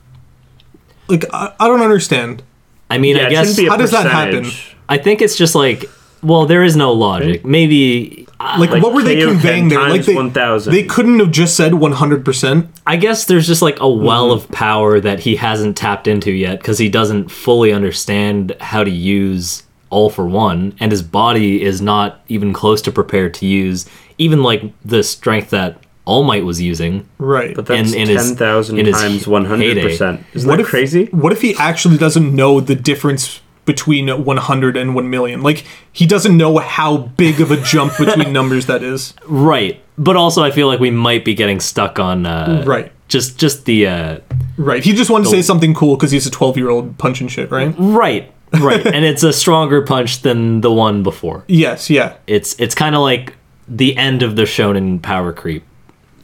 Speaker 4: Like, I, I don't understand.
Speaker 3: I mean,
Speaker 5: Yeah,
Speaker 3: I
Speaker 5: it
Speaker 3: guess
Speaker 5: shouldn't be a
Speaker 4: How does that
Speaker 5: percentage.
Speaker 4: happen?
Speaker 3: I think it's just like, well, there is no logic. Maybe
Speaker 4: Like, what were they
Speaker 5: KO 10
Speaker 4: conveying there? Like,
Speaker 5: times
Speaker 4: they
Speaker 5: 1,000.
Speaker 4: they couldn't have just said one hundred percent.
Speaker 3: I guess there's just like a well of power that he hasn't tapped into yet because he doesn't fully understand how to use all for one, and his body is not even close to prepared to use even like the strength that All Might was using.
Speaker 4: Right.
Speaker 5: But that's
Speaker 3: in- in his-
Speaker 5: ten thousand
Speaker 3: in his
Speaker 5: times
Speaker 3: he-
Speaker 5: one hundred percent. Isn't that
Speaker 4: if, *laughs*
Speaker 5: crazy?
Speaker 4: What if he actually doesn't know the difference between 100 and 1 million? Like, he doesn't know how big of a jump
Speaker 3: *laughs*
Speaker 4: between numbers that is.
Speaker 3: Right, but also I feel like we might be getting stuck on uh,
Speaker 4: Right.
Speaker 3: just just the uh,
Speaker 4: Right. He just wanted to say something cool because he's a 12 year old punching shit, right?
Speaker 3: right, right, and it's a stronger punch than the one before.
Speaker 4: Yes, yeah.
Speaker 3: It's it's kind of like the end of the shonen power creep.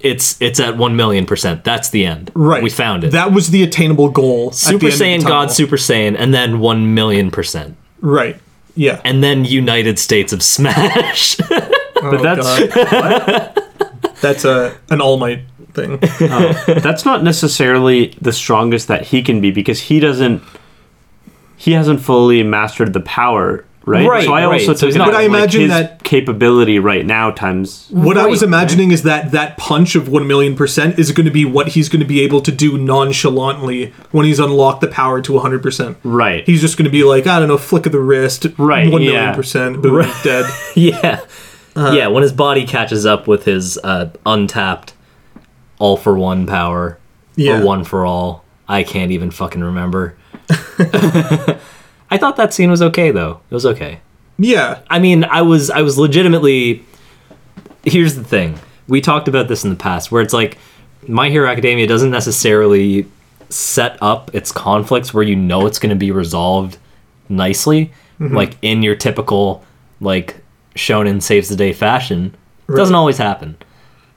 Speaker 3: It's it's at one million percent. That's the end.
Speaker 4: Right.
Speaker 3: we found it.
Speaker 4: That was the attainable goal. at the
Speaker 3: Super
Speaker 4: end of the
Speaker 3: Saiyan
Speaker 4: tunnel.
Speaker 3: God, Super Saiyan, and then one million percent,
Speaker 4: Right. Yeah.
Speaker 3: and then United States of Smash. *laughs*
Speaker 5: But that's
Speaker 4: Oh, That's a, an All Might thing.
Speaker 5: that's not necessarily the strongest that he can be because he doesn't he hasn't fully mastered the power right,
Speaker 3: Right,
Speaker 5: so i
Speaker 3: right.
Speaker 5: also
Speaker 3: So
Speaker 5: took
Speaker 3: he's
Speaker 5: it
Speaker 3: not-
Speaker 5: out
Speaker 3: But I
Speaker 5: like,
Speaker 4: imagine
Speaker 5: his
Speaker 4: that-
Speaker 5: capability right now times
Speaker 4: What I was imagining is that that punch of 1 million percent is going to be what he's going to be able to do nonchalantly when he's unlocked the power to 100%.
Speaker 5: right
Speaker 4: He's just going to be like, I don't know, flick of the wrist,
Speaker 5: Right,
Speaker 4: One million
Speaker 5: yeah.
Speaker 4: percent, boom,
Speaker 5: *laughs*
Speaker 4: dead.
Speaker 3: yeah, yeah. When his body catches up with his uh, untapped all for one power
Speaker 4: Yeah.
Speaker 3: or one for all, I can't even fucking remember. *laughs* I thought that scene was okay though. It was okay.
Speaker 4: Yeah,
Speaker 3: I mean, I was I was legitimately. Here's the thing: we talked about this in the past, where it's like My Hero Academia doesn't necessarily set up its conflicts where you know it's going to be resolved nicely, like in your typical like shonen saves the day fashion. It Doesn't always happen.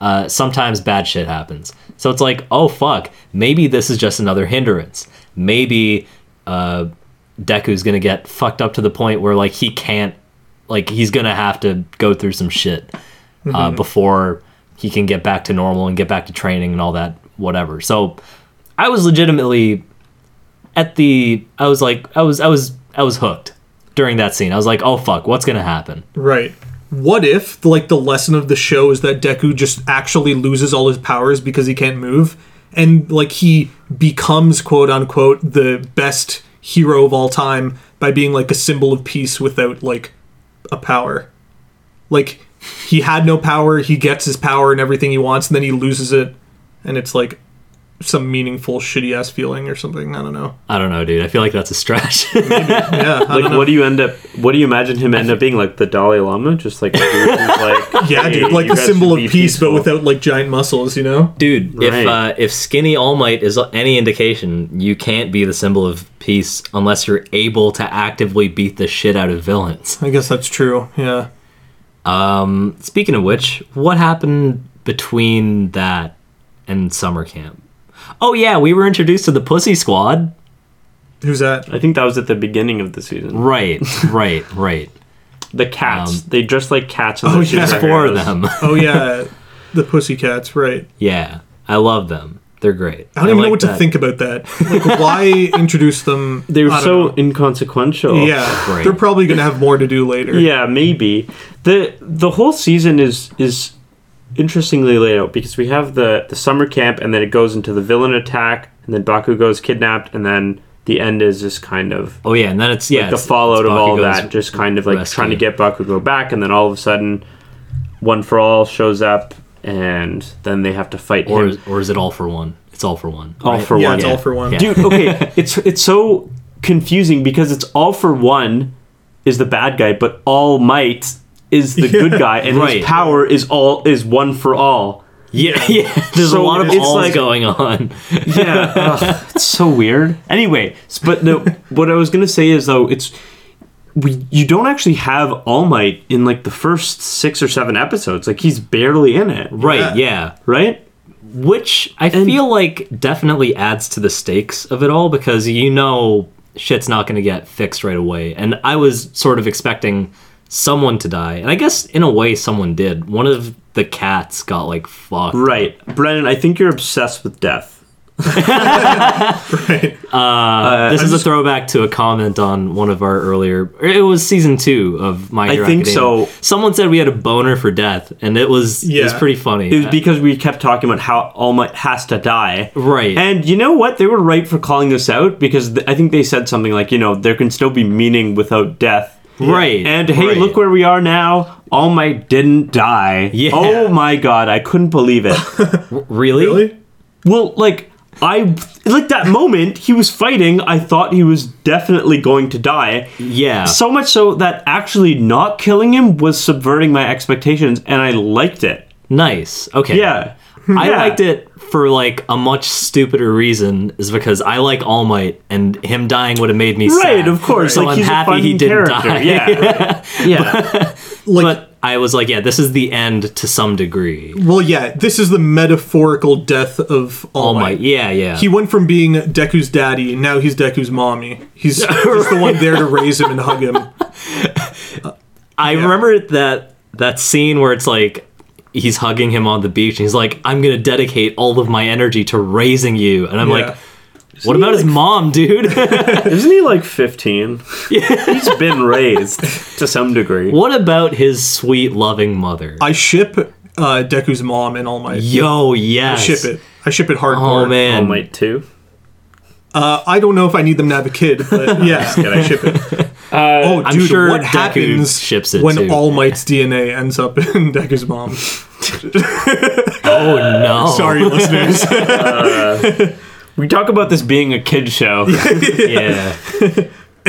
Speaker 3: Uh, sometimes bad shit happens. So it's like, oh fuck, maybe this is just another hindrance. Maybe uh, Deku's gonna get fucked up to the point where like he can't, like he's gonna have to go through some shit uh, before he can get back to normal and get back to training and all that whatever. So I was legitimately at the I was like I was I was I was hooked during that scene. I was like, oh fuck, what's gonna happen?
Speaker 4: right. What if, like, the lesson of the show is that Deku just actually loses all his powers because he can't move, and like he becomes quote unquote the best hero of all time by being like a symbol of peace without like a power. Like he had no power, he gets his power and everything he wants, and then he loses it, and it's like some meaningful shitty ass feeling or something. I don't know.
Speaker 3: I don't know, dude. I feel like that's a stretch. *laughs*
Speaker 4: Yeah, I
Speaker 5: like what do you end up what do you imagine him end up being like the dalai lama just like, a dude
Speaker 4: *laughs*
Speaker 5: who's like
Speaker 4: Yeah,
Speaker 5: "Hey,
Speaker 4: dude, like
Speaker 5: you
Speaker 4: the
Speaker 5: guys
Speaker 4: symbol
Speaker 5: should
Speaker 4: of
Speaker 5: be
Speaker 4: peace,
Speaker 5: peaceful."
Speaker 4: but without like giant muscles, you know?
Speaker 3: Dude, if
Speaker 5: Right.
Speaker 3: uh, if skinny all might is any indication, you can't be the symbol of peace unless you're able to actively beat the shit out of villains.
Speaker 4: I guess that's true. Yeah.
Speaker 3: Speaking of which, what happened between that and summer camp? Oh yeah, we were introduced to the Pussy Squad.
Speaker 4: Who's that?
Speaker 5: i think that was at the beginning of the season *laughs*
Speaker 3: Right, right, right.
Speaker 5: the cats they dress like cats and
Speaker 4: Um, Oh,
Speaker 5: they're
Speaker 4: yeah. There's
Speaker 3: Four of
Speaker 5: superheroes.
Speaker 3: them. *laughs*
Speaker 4: Oh yeah, the Pussycats, right.
Speaker 3: yeah, I love them. They're great.
Speaker 4: I don't even know
Speaker 3: like
Speaker 4: what to
Speaker 3: that.
Speaker 4: think about that. Like
Speaker 3: *laughs*
Speaker 4: why introduce them?
Speaker 5: they were
Speaker 4: I don't
Speaker 5: so
Speaker 4: know.
Speaker 5: inconsequential
Speaker 4: Yeah.
Speaker 3: Right.
Speaker 4: They're probably going to have more to do later.
Speaker 5: Yeah, maybe. the The whole season is is interestingly laid out because we have the the summer camp, and then it goes into the villain attack, and then Baku goes kidnapped, and then the end is just kind of
Speaker 3: Oh yeah, and then it's yeah
Speaker 5: the
Speaker 3: it's-
Speaker 5: fallout
Speaker 3: it's
Speaker 5: of all
Speaker 3: Bakugo's-
Speaker 5: that, just kind of like
Speaker 3: rescue.
Speaker 5: trying to get Bakugo back, and then all of a sudden, One for All shows up and then they have to fight
Speaker 3: Or
Speaker 5: him.
Speaker 3: is, or is it all for one? It's all for one.
Speaker 5: all
Speaker 3: right?
Speaker 5: for
Speaker 4: Yeah,
Speaker 5: one.
Speaker 4: it's all for one.
Speaker 3: Yeah.
Speaker 5: Dude,
Speaker 3: *laughs*
Speaker 5: okay, it's it's so confusing because it's all for one is the bad guy, but all might is the
Speaker 4: *laughs*
Speaker 5: good guy, and
Speaker 3: right.
Speaker 5: his power is all is one for all.
Speaker 3: Yeah, *laughs* yeah. There's
Speaker 5: So
Speaker 3: a lot of
Speaker 5: it's
Speaker 3: alls
Speaker 5: like-
Speaker 3: going on. *laughs*
Speaker 5: Yeah, ugh, it's so weird. Anyway, s- but no, what I was gonna say is though it's we you don't actually have All Might in like the first six or seven episodes. Like he's barely in it,
Speaker 3: right, yeah.
Speaker 5: right?
Speaker 3: Which I feel like definitely adds to the stakes of it all because you know shit's not going to get fixed right away. And I was sort of expecting someone to die. And I guess in a way someone did. One of the cats got like fucked.
Speaker 5: Right, Brennan. I think you're obsessed with death.
Speaker 3: This is a throwback to a comment on one of our earlier. It was season two of My Hero
Speaker 5: think
Speaker 3: Academia.
Speaker 5: so.
Speaker 3: Someone said we had a boner for death, and it was it was
Speaker 4: Yeah.
Speaker 3: pretty funny.
Speaker 5: It was because we kept talking about how All Might has to die.
Speaker 3: Right.
Speaker 5: And you know what? They were right for calling this out because th- I think they said something like, you know, there can still be meaning without death.
Speaker 3: Right.
Speaker 5: And hey,
Speaker 3: right.
Speaker 5: look where we are now. All Might didn't die.
Speaker 3: Yeah.
Speaker 5: Oh my god, I couldn't
Speaker 3: *laughs*
Speaker 5: believe it.
Speaker 3: really?
Speaker 4: Really?
Speaker 5: well, like I like that moment he was fighting, I thought he was definitely going to die.
Speaker 3: Yeah.
Speaker 5: So much so that actually not killing him was subverting my expectations and I liked it.
Speaker 3: nice. Okay.
Speaker 5: Yeah.
Speaker 3: I
Speaker 5: Yeah.
Speaker 3: liked it for like a much stupider reason, is because I like All Might, and him dying would have made me sad.
Speaker 5: Right, of course.
Speaker 3: So
Speaker 5: like
Speaker 3: I'm
Speaker 5: he's a
Speaker 3: happy
Speaker 5: fun
Speaker 3: he didn't
Speaker 5: character.
Speaker 3: die. *laughs*
Speaker 5: Yeah.
Speaker 3: yeah.
Speaker 4: Like,
Speaker 3: but I was like, yeah, this is the end to some degree.
Speaker 4: well, yeah. This is the metaphorical death of All,
Speaker 3: All Might.
Speaker 4: Might.
Speaker 3: Yeah, yeah.
Speaker 4: He went from being Deku's daddy, and now he's Deku's mommy. He's just the one there to raise him and hug him.
Speaker 3: I remember that that scene where it's like he's hugging him on the beach and he's like, I'm gonna dedicate all of my energy to raising you and I'm *laughs*
Speaker 4: Yeah.
Speaker 3: like, What about his
Speaker 5: *laughs*
Speaker 3: mom, dude? *laughs*
Speaker 5: Isn't he like *laughs* 15? He's been raised to some degree.
Speaker 3: what about his sweet loving mother?
Speaker 4: I ship uh, Deku's mom and All Might.
Speaker 3: Yo, yes.
Speaker 4: Ship it. I ship it hardcore.
Speaker 3: Oh man.
Speaker 5: All Might 2.
Speaker 4: Uh, I don't know if I need them to have a kid, *laughs* but yeah, I ship it. oh, dude,
Speaker 3: Uh, I'm sure
Speaker 4: what
Speaker 3: Deku
Speaker 4: happens
Speaker 3: ships it
Speaker 4: when
Speaker 3: too.
Speaker 4: All Might's DNA ends up in *laughs* Deku's mom?
Speaker 3: Oh no.
Speaker 4: Sorry, *laughs* listeners.
Speaker 5: We talk about this being a kid show.
Speaker 3: Yeah.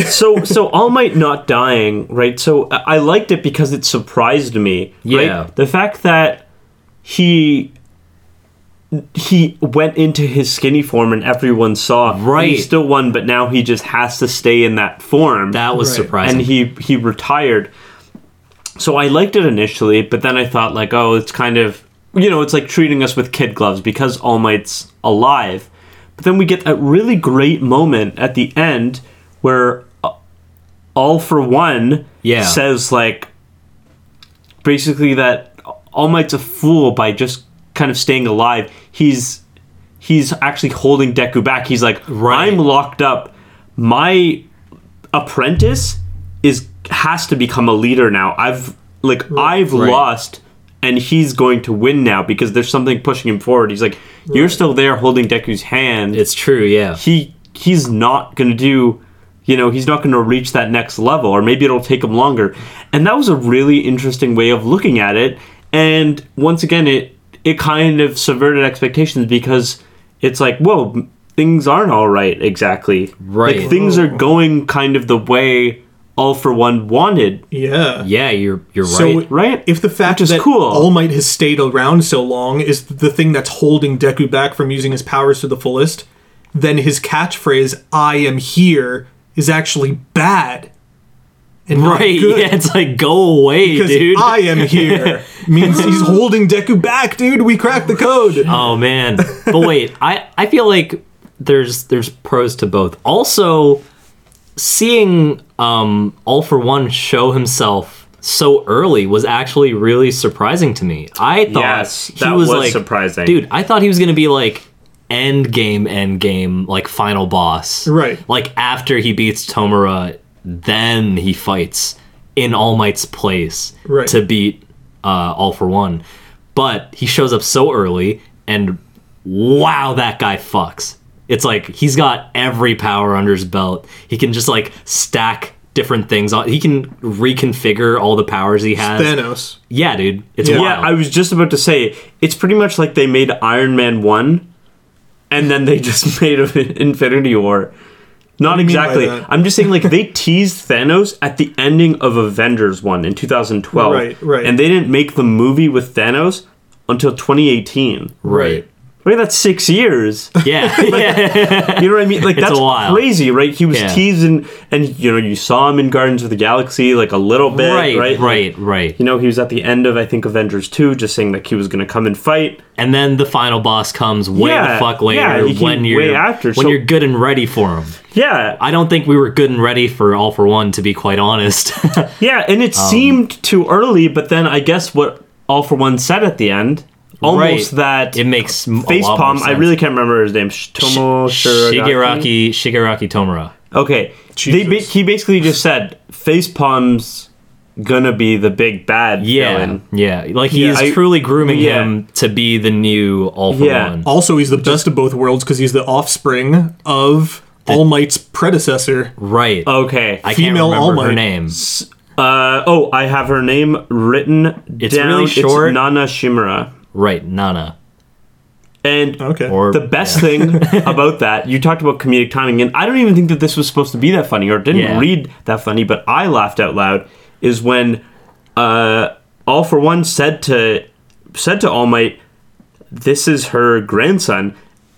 Speaker 5: so so All Might not dying, right? So I I liked it because it surprised me.
Speaker 3: Yeah.
Speaker 5: Right? The fact that he he went into his skinny form and everyone saw and he
Speaker 3: Right.
Speaker 5: still won, but now he just has to stay in that form.
Speaker 3: That was
Speaker 4: Right.
Speaker 3: surprising.
Speaker 5: and he he retired. So I liked it initially, but then I thought like, oh, it's kind of you know, it's like treating us with kid gloves because All Might's alive. But then we get that really great moment at the end where uh, All for One
Speaker 3: Yeah.
Speaker 5: says like basically that All Might's a fool by just kind of staying alive. He's he's actually holding Deku back. He's like,
Speaker 3: Right.
Speaker 5: I'm locked up. My apprentice is has to become a leader now. I've like I've
Speaker 3: Right.
Speaker 5: lost and he's going to win now because there's something pushing him forward. He's like, You're still there holding Deku's hand.
Speaker 3: it's true, yeah.
Speaker 5: he he's not gonna do you know, he's not gonna reach that next level, or maybe it'll take him longer. And that was a really interesting way of looking at it. And once again it it kind of subverted expectations because it's like, whoa, m- things aren't all right exactly.
Speaker 3: Right.
Speaker 5: Like things are going kind of the way all for one wanted,
Speaker 4: yeah.
Speaker 3: Yeah, you're you're
Speaker 4: So
Speaker 3: right.
Speaker 5: right?
Speaker 4: if the fact
Speaker 5: Which is
Speaker 4: that
Speaker 5: cool.
Speaker 4: All Might has stayed around so long is the thing that's holding Deku back from using his powers to the fullest, then his catchphrase "I am here" is actually bad. And
Speaker 3: *laughs*
Speaker 4: not
Speaker 3: Right.
Speaker 4: good.
Speaker 3: Yeah, it's like go away,
Speaker 4: Because
Speaker 3: dude.
Speaker 4: I am here means he's holding Deku back, dude. We cracked the code.
Speaker 3: *laughs* Oh
Speaker 4: *laughs*
Speaker 3: man. But wait, I I feel like there's there's pros to both. Also seeing um All for One show himself so early was actually really surprising to me. I thought
Speaker 5: Yes,
Speaker 3: he
Speaker 5: that
Speaker 3: was,
Speaker 5: was
Speaker 3: like
Speaker 5: surprising.
Speaker 3: Dude, I thought he was going to be like end game end game like final boss.
Speaker 4: Right.
Speaker 3: Like after he beats Tomura, then he fights in All Might's place
Speaker 4: Right.
Speaker 3: to beat uh, All for One. But he shows up so early, and wow, that guy fucks. It's like he's got every power under his belt. He can just like stack different things on. He can reconfigure all the powers he has.
Speaker 4: Thanos.
Speaker 3: Yeah, dude, it's
Speaker 4: Yeah.
Speaker 5: Yeah,
Speaker 3: wild.
Speaker 5: I was just about to say it's pretty much like they made Iron Man one, and then they *laughs* just made of Infinity War. Not
Speaker 4: do you mean by
Speaker 5: exactly.
Speaker 4: that?
Speaker 5: I'm just saying like they *laughs* teased Thanos at the ending of Avengers one in 2012,
Speaker 4: Right, right.
Speaker 5: And they didn't make the movie with Thanos until 2018.
Speaker 3: right.
Speaker 5: Wait, that's six years.
Speaker 3: *laughs* Yeah. yeah.
Speaker 5: You know what I mean? Like that's
Speaker 3: a while.
Speaker 5: crazy, right? He was
Speaker 3: Yeah.
Speaker 5: teased and and you know you saw him in Guardians of the Galaxy like a little bit,
Speaker 3: Right,
Speaker 5: right?
Speaker 3: right,
Speaker 5: Like,
Speaker 3: right,
Speaker 5: You know, he was at the end of I think Avengers two, just saying like he was going to come and fight.
Speaker 3: And then the final boss comes way the
Speaker 5: Yeah,
Speaker 3: fuck later
Speaker 5: yeah, he came
Speaker 3: when you're
Speaker 5: way after,
Speaker 3: when
Speaker 5: so-
Speaker 3: you're good and ready for him.
Speaker 5: Yeah,
Speaker 3: I don't think we were good and ready for All for One, to be quite honest. *laughs*
Speaker 5: yeah, and it
Speaker 3: Um,
Speaker 5: seemed too early, but then I guess what All for One said at the end, almost that
Speaker 3: it makes m- a lot more
Speaker 5: facepalm. I
Speaker 3: sense.
Speaker 5: really can't remember his name. Sh- Tomo
Speaker 3: Shigaraki
Speaker 5: Shigaraki.
Speaker 3: Shigaraki Tomura.
Speaker 5: Okay, they ba-
Speaker 4: Jesus.
Speaker 5: he basically just said facepalm's gonna be the big bad
Speaker 3: Yeah,
Speaker 5: villain.
Speaker 3: yeah. Like he
Speaker 5: Yeah,
Speaker 3: is
Speaker 5: I-
Speaker 3: truly grooming
Speaker 5: yeah.
Speaker 3: him to be the new All for
Speaker 5: Yeah.
Speaker 3: One.
Speaker 4: Also, he's the best of both worlds because he's the offspring of All Might's predecessor.
Speaker 3: Right.
Speaker 5: Okay.
Speaker 3: I can't
Speaker 4: female
Speaker 3: remember
Speaker 4: All
Speaker 3: her
Speaker 4: Might.
Speaker 3: name.
Speaker 5: Uh, oh, I have her name written
Speaker 3: It's
Speaker 5: down.
Speaker 3: really short.
Speaker 5: It's Nana Shimura.
Speaker 3: Right, Nana.
Speaker 5: And
Speaker 4: Okay.
Speaker 3: Or
Speaker 5: the best thing about that, you talked about comedic timing, and I don't even think that this was supposed to be that funny or didn't
Speaker 3: Yeah.
Speaker 5: read that funny, but I laughed out loud. Is when uh, All for One said to said to All Might, "This is her grandson,"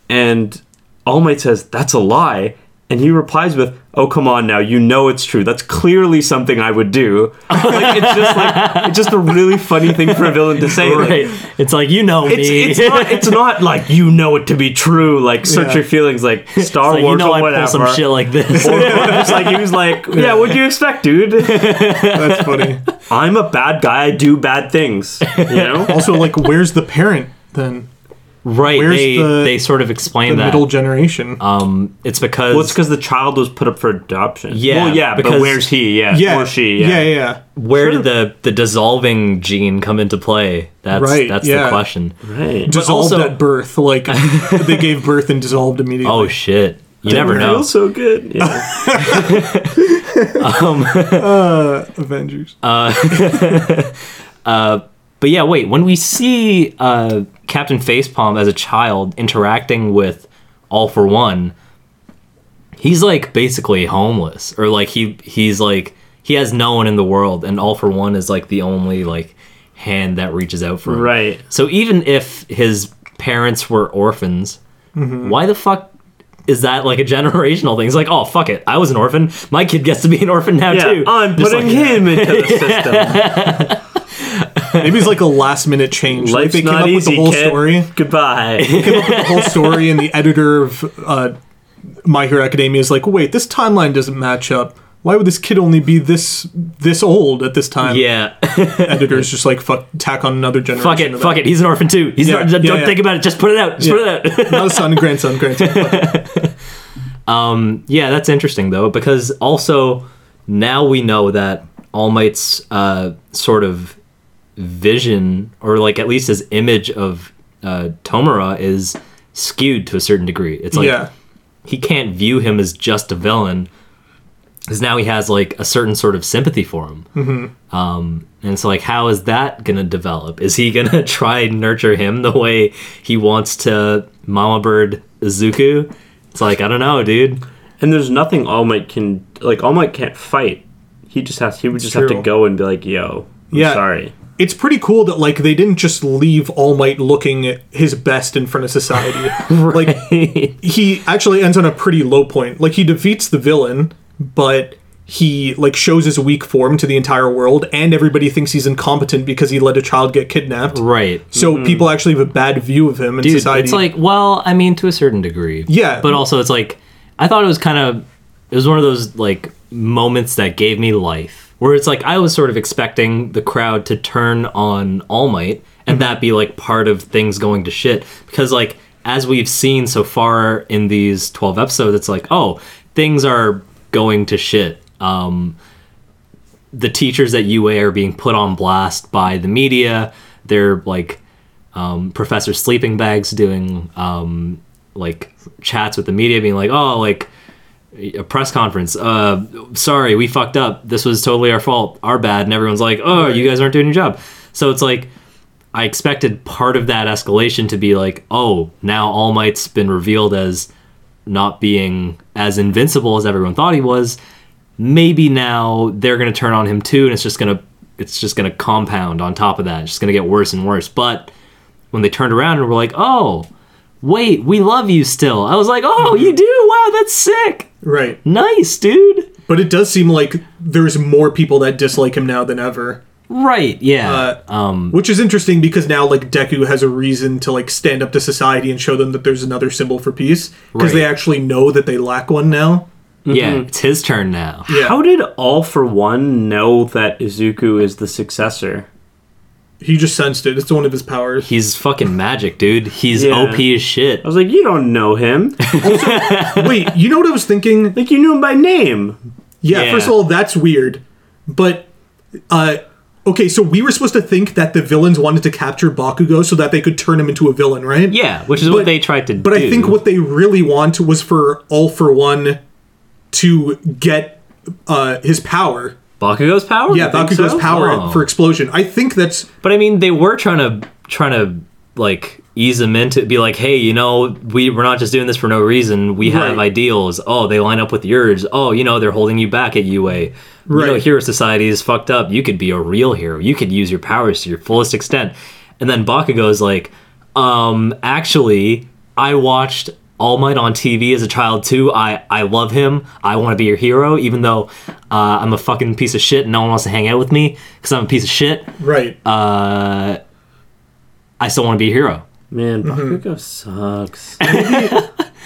Speaker 5: and All Might says, "That's a lie," and he replies with. Oh come on now! You know it's true. That's clearly something I would do. *laughs* like it's just like it's just a really funny thing for a villain to say.
Speaker 3: *laughs*
Speaker 5: like,
Speaker 3: Right. It's like you know
Speaker 5: it's,
Speaker 3: me. *laughs*
Speaker 5: it's not it's not like you know it to be true like search
Speaker 4: Yeah.
Speaker 5: your feelings like Star
Speaker 3: It's like,
Speaker 5: Wars
Speaker 3: you know
Speaker 5: or
Speaker 3: I
Speaker 5: whatever.
Speaker 3: pull some
Speaker 5: *laughs*
Speaker 3: shit like this.
Speaker 5: or, or just like he was like, yeah, what'd you expect, dude?
Speaker 4: *laughs*
Speaker 3: *laughs*
Speaker 4: That's funny.
Speaker 5: I'm a bad guy. I do bad things. You know.
Speaker 4: also, like, where's the parent then?
Speaker 3: *laughs* right.
Speaker 4: Where's
Speaker 3: They
Speaker 4: the-
Speaker 3: they sort of
Speaker 4: The
Speaker 3: explain that.
Speaker 4: middle generation.
Speaker 3: um, it's because
Speaker 5: Well, it's because the child was put up for adoption.
Speaker 3: Yeah,
Speaker 5: Well, yeah,
Speaker 3: because-
Speaker 5: but where's he? Yeah.
Speaker 4: yeah.
Speaker 5: Or she? Yeah.
Speaker 4: yeah, yeah.
Speaker 3: where did the the dissolving gene come into play? That's
Speaker 4: Right,
Speaker 3: that's
Speaker 4: yeah.
Speaker 3: the question.
Speaker 5: Right.
Speaker 4: Dissolved
Speaker 3: also-
Speaker 4: at
Speaker 3: *laughs*
Speaker 4: birth. Like, they gave birth and dissolved immediately.
Speaker 3: Oh shit. You never
Speaker 5: It
Speaker 3: know.
Speaker 5: feels so good. Yeah.
Speaker 4: Avengers.
Speaker 3: uh, But yeah, wait, when we see uh, Captain Facepalm as a child interacting with All for One, he's like basically homeless or like he he's like he has no one in the world and All for One is like the only like hand that reaches out for him.
Speaker 5: Right.
Speaker 3: So even if his parents were orphans, why the fuck is that like a generational thing? It's like, oh fuck it, I was an orphan. My kid gets to be an orphan now
Speaker 5: yeah.
Speaker 3: too.
Speaker 5: I'm
Speaker 3: Just
Speaker 5: putting
Speaker 3: like-
Speaker 5: him into the system.
Speaker 3: *laughs*
Speaker 4: Maybe it's like a last minute change. like,
Speaker 5: Life's
Speaker 4: they came
Speaker 5: not
Speaker 4: up with
Speaker 5: easy,
Speaker 4: the whole
Speaker 5: kid.
Speaker 4: story.
Speaker 5: Goodbye.
Speaker 4: came up with the whole story, and the editor of uh, My Hero Academia is like, wait, this timeline doesn't match up. Why would this kid only be this this old at this time?
Speaker 3: Yeah.
Speaker 4: The editor's just like, fuck, tack on another generation.
Speaker 3: fuck it,
Speaker 4: of
Speaker 3: fuck it. He's an orphan too. He's
Speaker 4: Yeah,
Speaker 3: not, don't
Speaker 4: yeah, yeah.
Speaker 3: think about it. Just put it out. Just put it out. *laughs*
Speaker 4: Not a son, grandson, grandson.
Speaker 3: yeah, that's interesting though, because also now we know that All Might's uh, sort of vision, or like at least his image of uh, Tomura, is skewed to a certain degree. It's *laughs* like
Speaker 4: yeah,
Speaker 3: he can't view him as just a villain because now he has like a certain sort of sympathy for him mm-hmm. um, and so like how is that gonna develop is he gonna *laughs* try and nurture him the way he wants to mama bird izuku it's like i don't know dude
Speaker 5: and there's nothing All Might can like. All Might can't fight. He just has. He would just have
Speaker 4: true.
Speaker 5: to go and be like, "Yo, I'm
Speaker 4: Yeah.
Speaker 5: sorry."
Speaker 4: it's pretty cool that like they didn't just leave All Might looking his best in front of society.
Speaker 3: *laughs*
Speaker 4: Like he actually ends on a pretty low point. Like he defeats the villain, but he like shows his weak form to the entire world, and everybody thinks he's incompetent because he let a child get kidnapped.
Speaker 3: right Mm-hmm.
Speaker 4: So people actually have a bad view of him in
Speaker 3: Dude,
Speaker 4: society.
Speaker 3: It's like, well, I mean, to a certain degree.
Speaker 4: Yeah.
Speaker 3: But also, it's like, I thought it was kind of, it was one of those like moments that gave me life, where it's like I was sort of expecting the crowd to turn on All Might
Speaker 4: Mm-hmm.
Speaker 3: and that be like part of things going to shit because like as we've seen so far in these twelve episodes, it's like, oh, things are going to shit. Um, the teachers at UA are being put on blast by the media. They're like um, Professor Sleeping Bags doing um, like chats with the media, being like, "Oh, like a press conference. Uh, sorry, we fucked up. This was totally our fault. Our bad. And everyone's like, oh, you guys aren't doing your job. So it's like, I expected part of that escalation to be like, oh, now All Might's been revealed as not being as invincible as everyone thought he was. Maybe now they're gonna turn on him too, and it's just gonna it's just gonna compound on top of that. It's just gonna get worse and worse. But when they turned around and were like, oh, wait, we love you still. I was like, oh, you do? Wow, that's sick.
Speaker 4: Right.
Speaker 3: Nice, dude.
Speaker 4: But it does seem like there's more people that dislike him now than ever.
Speaker 3: Right, yeah.
Speaker 4: Uh,
Speaker 3: Um,
Speaker 4: Which is interesting because now like Deku has a reason to like stand up to society and show them that there's another symbol for peace because they
Speaker 3: Right.
Speaker 4: actually know that they lack one now.
Speaker 3: yeah, it's his turn now.
Speaker 4: mm-hmm. Yeah.
Speaker 5: How did All for One know that Izuku is the successor?
Speaker 4: He just sensed it. It's one of his
Speaker 3: *laughs* *laughs*
Speaker 4: powers.
Speaker 3: He's fucking magic, dude. He's
Speaker 5: Yeah.
Speaker 3: OP as shit.
Speaker 5: I was like, you don't
Speaker 3: *laughs*
Speaker 5: know him.
Speaker 4: Wait, you know what I was thinking?
Speaker 5: like you knew him by name.
Speaker 4: Yeah,
Speaker 3: Yeah.
Speaker 4: first of all, that's weird. But uh okay, so we were supposed to think that the villains wanted to capture Bakugo so that they could turn him into a villain, right?
Speaker 3: Yeah, which is what
Speaker 4: But-
Speaker 3: they tried to do.
Speaker 4: But I think what they really want was for all for one to get uh his power.
Speaker 3: Bakugo's power?
Speaker 4: Yeah,
Speaker 3: You think
Speaker 4: Bakugo's
Speaker 3: so?
Speaker 4: power
Speaker 3: Oh.
Speaker 4: for explosion. I think that's
Speaker 3: But I mean, they were trying to trying to like ease him into be like, hey, you know, we we're not just doing this for no reason. We have
Speaker 4: Right.
Speaker 3: ideals. Oh, they line up with yours. Oh, you know, they're holding you back at UA. Right. You know,
Speaker 4: Right.
Speaker 3: hero society is fucked up. You could be a real hero. You could use your powers to your fullest extent. And then Bakugo's like, um, actually, I watched All Might on TV as a child too. I I love him. I want to be your hero, even though uh, I'm a fucking piece of shit and no one wants to hang out with me because I'm a piece of shit.
Speaker 4: right.
Speaker 5: Uh,
Speaker 3: Uh, I still want to be a hero.
Speaker 5: Man,
Speaker 3: Mm-hmm.
Speaker 5: Bakugo sucks.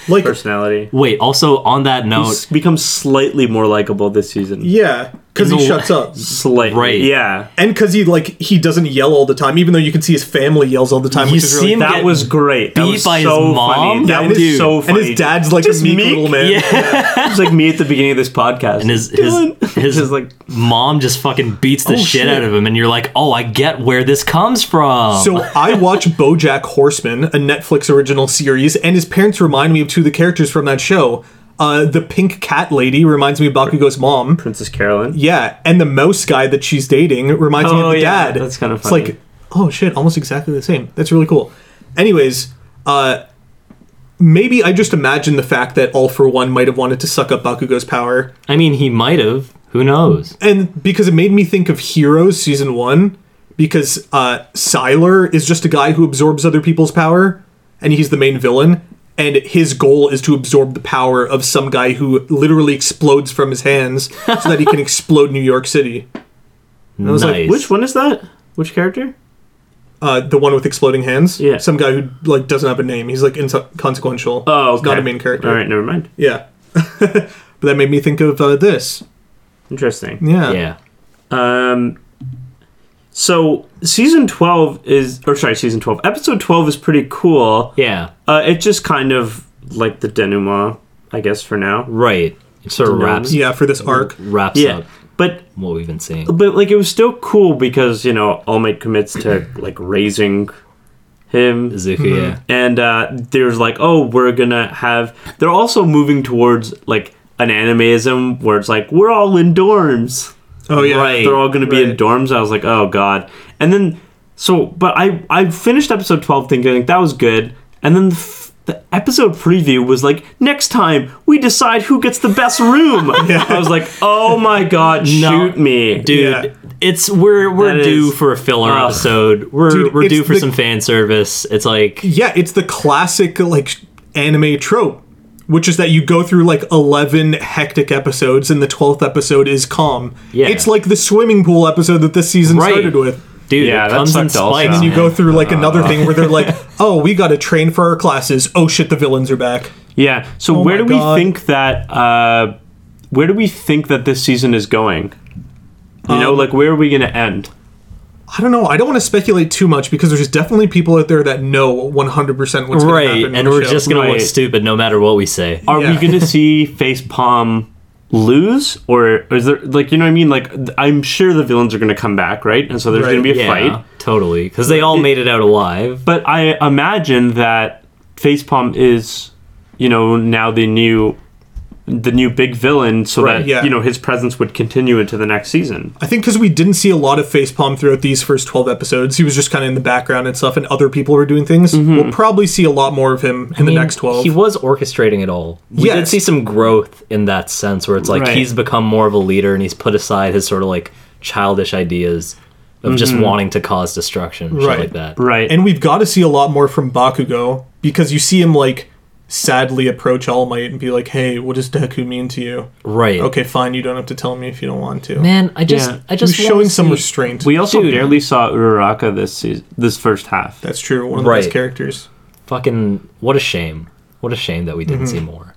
Speaker 4: like
Speaker 3: *laughs*
Speaker 5: Personality.
Speaker 3: Wait, also on that note,
Speaker 5: He's become slightly more likable this season.
Speaker 4: yeah, cuz he
Speaker 3: He's a-
Speaker 4: shuts up.
Speaker 5: Slightly.
Speaker 3: Right.
Speaker 5: Yeah.
Speaker 4: And cuz he like he doesn't yell all the time even though you can see his family yells all the time,
Speaker 3: You
Speaker 4: which is
Speaker 3: see
Speaker 4: really
Speaker 3: him
Speaker 5: That
Speaker 3: Get
Speaker 5: was great. That
Speaker 3: beat
Speaker 5: was
Speaker 3: by his
Speaker 5: so
Speaker 3: mom?
Speaker 5: funny.
Speaker 3: Yeah,
Speaker 5: That
Speaker 4: and
Speaker 5: was
Speaker 4: his-
Speaker 5: so funny.
Speaker 4: And his dad's like
Speaker 5: Just
Speaker 4: a meek,
Speaker 5: meek?
Speaker 4: little man.
Speaker 3: *laughs*
Speaker 5: It's like me at the beginning of this podcast.
Speaker 3: and his his
Speaker 5: *laughs*
Speaker 3: his
Speaker 5: Just like
Speaker 3: mom just fucking beats the shit,
Speaker 4: shit.
Speaker 3: out of him, and you're like, oh, I get where this comes from.
Speaker 5: *laughs*
Speaker 4: So I watch BoJack Horseman, a Netflix original series, and his parents remind me of two of the characters from that show. Uh, the pink cat lady reminds me of Bakugo's mom.
Speaker 5: Princess Carolyn.
Speaker 4: Yeah, and the mouse guy that she's dating reminds me of
Speaker 5: Oh,
Speaker 4: the
Speaker 5: yeah,
Speaker 4: dad.
Speaker 5: that's kinda
Speaker 4: It's
Speaker 5: funny.
Speaker 4: like, oh shit, almost exactly the same. That's really cool. Anyways, uh, maybe I just imagine the fact that All for One might have wanted to suck up Bakugo's power,
Speaker 3: I mean, he might have. Who knows?
Speaker 4: and because it made me think of Heroes season one, because uh, Siler is just a guy who absorbs other people's power, and he's the main villain. And his goal is to absorb the power of some guy who literally explodes from
Speaker 5: *laughs*
Speaker 4: his hands so that he can explode New York City.
Speaker 3: I
Speaker 4: was like,
Speaker 5: Which one is that? Which character?
Speaker 4: Uh, the one with exploding hands.
Speaker 5: Yeah.
Speaker 4: Some guy who like doesn't have a name. He's like inconsequential.
Speaker 5: Oh,
Speaker 4: He's not a
Speaker 5: okay.
Speaker 4: main character.
Speaker 5: All right, never mind.
Speaker 4: Yeah. *laughs* but that made me think of uh, this.
Speaker 5: Interesting.
Speaker 4: Yeah.
Speaker 3: Yeah.
Speaker 5: Um, so season twelve is, or sorry, season twelve, episode twelve is pretty cool.
Speaker 3: Yeah.
Speaker 5: Uh, it just kind of like the denouement, I guess, for now.
Speaker 3: Right. It sort of
Speaker 5: know.
Speaker 3: wraps
Speaker 4: Yeah, for this
Speaker 5: Mm-hmm.
Speaker 4: arc.
Speaker 3: wraps
Speaker 5: Yeah,
Speaker 3: up
Speaker 5: but
Speaker 3: what we've been seeing.
Speaker 5: but like it was still cool because you know All Might commits to like raising him.
Speaker 3: Zuko, yeah.
Speaker 5: and uh, there's like oh we're gonna have they're also moving towards like an animism where it's like we're all in dorms
Speaker 4: Oh yeah.
Speaker 3: Right.
Speaker 5: they're all gonna be in
Speaker 4: Right.
Speaker 5: dorms i was like oh god and then so but i i finished episode 12 thinking like, that was good and then the, f- the episode preview was like next time we decide who gets the best room i was like oh my god
Speaker 3: No.
Speaker 5: shoot me
Speaker 3: Dude,
Speaker 4: Yeah.
Speaker 3: it's we're we're
Speaker 5: That
Speaker 3: due
Speaker 5: is-
Speaker 3: for a filler
Speaker 5: Ugh.
Speaker 3: episode. We're
Speaker 4: Dude,
Speaker 3: we're
Speaker 4: it's
Speaker 3: due for
Speaker 4: the-
Speaker 3: some fan service. It's like
Speaker 4: Yeah, it's the classic like anime trope, which is that you go through like 11 hectic episodes and the 12th episode is calm.
Speaker 3: Yeah.
Speaker 4: It's like the swimming pool episode that this season
Speaker 3: Right.
Speaker 4: started with.
Speaker 3: dude,
Speaker 5: Yeah,
Speaker 3: it
Speaker 5: that
Speaker 3: comes in
Speaker 5: sucked also.
Speaker 3: spikes.
Speaker 5: And
Speaker 4: You
Speaker 3: man.
Speaker 4: go through like another thing where
Speaker 3: *laughs*
Speaker 4: they're like, "Oh, we got to train for our classes. Oh shit, the villains are back."
Speaker 5: yeah so where
Speaker 4: my
Speaker 5: do
Speaker 4: God.
Speaker 5: we think that uh where do we think that this season is going you know like where are we gonna end
Speaker 4: I don't know. I don't want to speculate too much because there's definitely people out there that know 100 percent what's going to
Speaker 3: Right,
Speaker 4: happen. in
Speaker 3: and
Speaker 4: the
Speaker 3: we're
Speaker 4: show.
Speaker 3: just gonna look
Speaker 5: Right.
Speaker 3: stupid no matter what we say.
Speaker 5: Are
Speaker 4: Yeah.
Speaker 5: we
Speaker 4: *laughs*
Speaker 5: going to see Face Palm lose, or is there like you know what I mean? Like th- I'm sure the villains are going to come back, right? And so there's
Speaker 4: Right,
Speaker 5: going to be a
Speaker 3: yeah,
Speaker 5: fight.
Speaker 3: totally, because they all made it out alive.
Speaker 5: But I imagine that Face Palm is, you know, now the new the new big villain so
Speaker 4: Right,
Speaker 5: that
Speaker 4: yeah.
Speaker 5: you know his presence would continue into the next season.
Speaker 4: I think because we didn't see a lot of facepalm throughout these first 12 episodes, he was just kind of in the background and stuff, and other people were doing things. We'll probably see a lot more of him in the
Speaker 3: Mm-hmm. mean,
Speaker 4: next 12.
Speaker 3: He was orchestrating it all. We did
Speaker 4: Yes.
Speaker 3: see some growth in that sense where it's like
Speaker 5: Right.
Speaker 3: he's become more of a leader and he's put aside his sort of like childish ideas of just wanting to cause destruction, and
Speaker 4: Mm-hmm. Right.
Speaker 3: shit like that.
Speaker 5: Right.
Speaker 4: and we've got to see a lot more from Bakugo because you see him, like, sadly approach All Might and be like, hey, what does Deku mean to you?
Speaker 3: Right.
Speaker 4: Okay, fine, you don't have to tell me if you don't want to.
Speaker 3: Man, I just
Speaker 5: Yeah.
Speaker 3: I
Speaker 4: He was
Speaker 3: just wanna
Speaker 4: showing some
Speaker 3: see-
Speaker 4: restraint.
Speaker 5: we also
Speaker 3: Dude.
Speaker 5: barely saw Uraraka this season, this first half.
Speaker 4: That's true. One of the best
Speaker 3: Right.
Speaker 4: characters.
Speaker 3: fucking what a shame. What a shame that we didn't
Speaker 4: Mm-hmm.
Speaker 3: see more.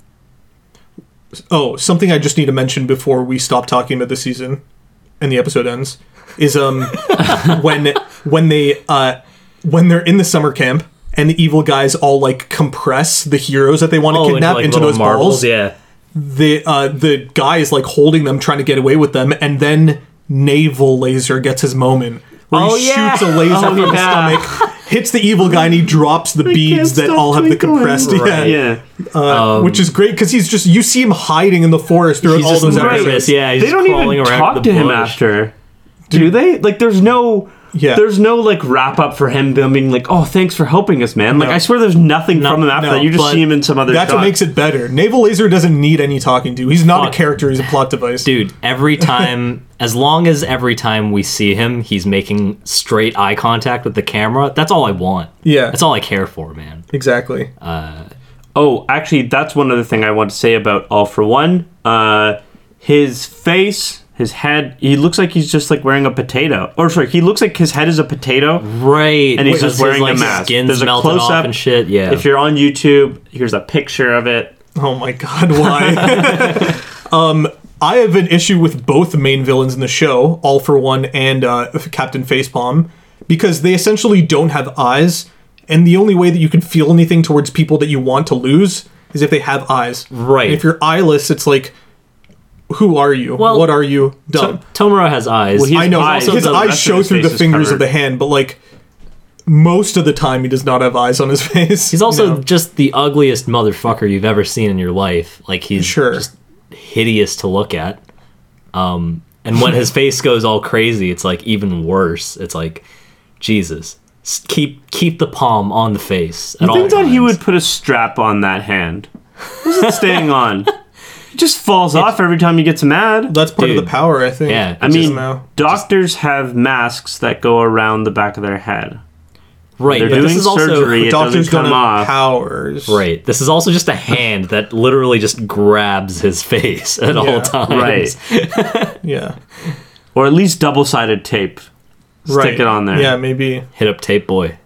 Speaker 4: Oh, something I just need to mention before we stop talking about the season and the episode ends is um *laughs* when when they uh when they're in the summer camp and the evil guys all like compress the heroes that they want to
Speaker 3: Oh, into,
Speaker 4: kidnap
Speaker 3: like,
Speaker 4: into,
Speaker 3: little
Speaker 4: those balls.
Speaker 3: Yeah.
Speaker 4: The uh the guy is like holding them trying to get away with them and then Naval Laser gets his moment where
Speaker 3: Oh,
Speaker 4: he
Speaker 3: yeah.
Speaker 4: shoots a laser from
Speaker 5: yeah.
Speaker 4: his stomach, hits the evil guy and he drops the beads that
Speaker 5: stop
Speaker 4: all have the
Speaker 5: twinkling.
Speaker 4: compressed yeah
Speaker 5: yeah.
Speaker 4: which is great because he's just you see him hiding in the forest throughout
Speaker 3: He's
Speaker 4: all
Speaker 3: just
Speaker 4: those
Speaker 3: nervous,
Speaker 4: episodes.
Speaker 3: yeah. He's
Speaker 5: they
Speaker 3: just
Speaker 5: don't
Speaker 3: crawling
Speaker 5: even
Speaker 3: around
Speaker 5: talk
Speaker 3: in
Speaker 5: to
Speaker 3: the
Speaker 5: him
Speaker 3: bush.
Speaker 5: after. Do they? Like, there's no.
Speaker 4: Yeah.
Speaker 5: There's no like wrap up for him being like, "Oh, thanks for helping us, man." Like,
Speaker 4: No.
Speaker 5: I swear, there's nothing from him after
Speaker 4: No,
Speaker 5: that. You just
Speaker 4: but
Speaker 5: see him in some other.
Speaker 4: That's
Speaker 5: shot.
Speaker 4: what makes it better. Naval Laser doesn't need any talking to. He's not
Speaker 3: Fuck.
Speaker 4: a character. He's a plot device.
Speaker 3: Dude,
Speaker 4: *laughs*
Speaker 3: every time, as long as every time we see him, he's making straight eye contact with the camera, that's all I want.
Speaker 4: Yeah.
Speaker 3: That's all Uh. I care for, man.
Speaker 4: Exactly.
Speaker 5: Oh, actually, that's one other thing I want to say about All for One. Uh, his face, his head, he looks like he's just like wearing a potato. Or sorry, he looks like his head is a potato.
Speaker 3: Right.
Speaker 5: And he's
Speaker 3: because
Speaker 5: just wearing
Speaker 3: his,
Speaker 5: a
Speaker 3: like,
Speaker 5: mask.
Speaker 3: Skin's
Speaker 5: There's a
Speaker 3: melted
Speaker 5: close
Speaker 3: off
Speaker 5: up.
Speaker 3: and shit. Yeah.
Speaker 5: If you're on YouTube, here's a picture of it.
Speaker 4: oh my god, why? *laughs* um, I have an issue with both main villains in the show, All for One and uh, Captain Facepalm, because they essentially don't have eyes, and the only way that you can feel anything towards people that you want to lose is if they have eyes.
Speaker 3: Right.
Speaker 4: And if you're eyeless, it's like, who are you?
Speaker 3: Well,
Speaker 4: what are you? Dumb.
Speaker 3: To- Tomura has eyes.
Speaker 5: Well, he-
Speaker 4: I
Speaker 5: His
Speaker 4: know
Speaker 5: eyes-
Speaker 4: his
Speaker 5: the
Speaker 4: eyes
Speaker 5: rest
Speaker 4: show
Speaker 5: of his
Speaker 4: through the
Speaker 5: face is
Speaker 4: fingers of
Speaker 5: covered.
Speaker 4: the hand, but like most of the time he does not have eyes on his *laughs* face.
Speaker 3: he's also just the ugliest motherfucker you've ever seen in your life. Like, he's
Speaker 4: sure.
Speaker 3: just hideous to look at. Um, and when
Speaker 5: *laughs*
Speaker 3: his face goes all crazy, it's like even worse. It's like, Jesus, S- keep keep the palm on the face at all
Speaker 5: I thought
Speaker 3: times.
Speaker 5: he would put a strap on that hand. What's it staying
Speaker 3: *laughs*
Speaker 5: on? It just falls off every time he gets mad.
Speaker 4: That's part of
Speaker 3: Dude.
Speaker 4: the power, I think.
Speaker 3: Yeah.
Speaker 5: I
Speaker 3: just-
Speaker 5: mean,
Speaker 4: no.
Speaker 5: doctors have masks that go around the back of
Speaker 3: *laughs*
Speaker 5: their head.
Speaker 3: right.
Speaker 5: They're
Speaker 3: but
Speaker 5: doing
Speaker 3: this is also
Speaker 5: surgery. It
Speaker 4: Doctors
Speaker 5: doesn't
Speaker 4: don't
Speaker 5: come
Speaker 4: have
Speaker 5: off.
Speaker 4: powers.
Speaker 3: right. This is also just a hand that literally just grabs his face at all
Speaker 4: Yeah.
Speaker 3: times.
Speaker 5: Right.
Speaker 4: Yeah.
Speaker 5: or at least double sided tape.
Speaker 4: Right.
Speaker 5: it on there.
Speaker 4: Yeah, maybe.
Speaker 3: Hit up tape boy.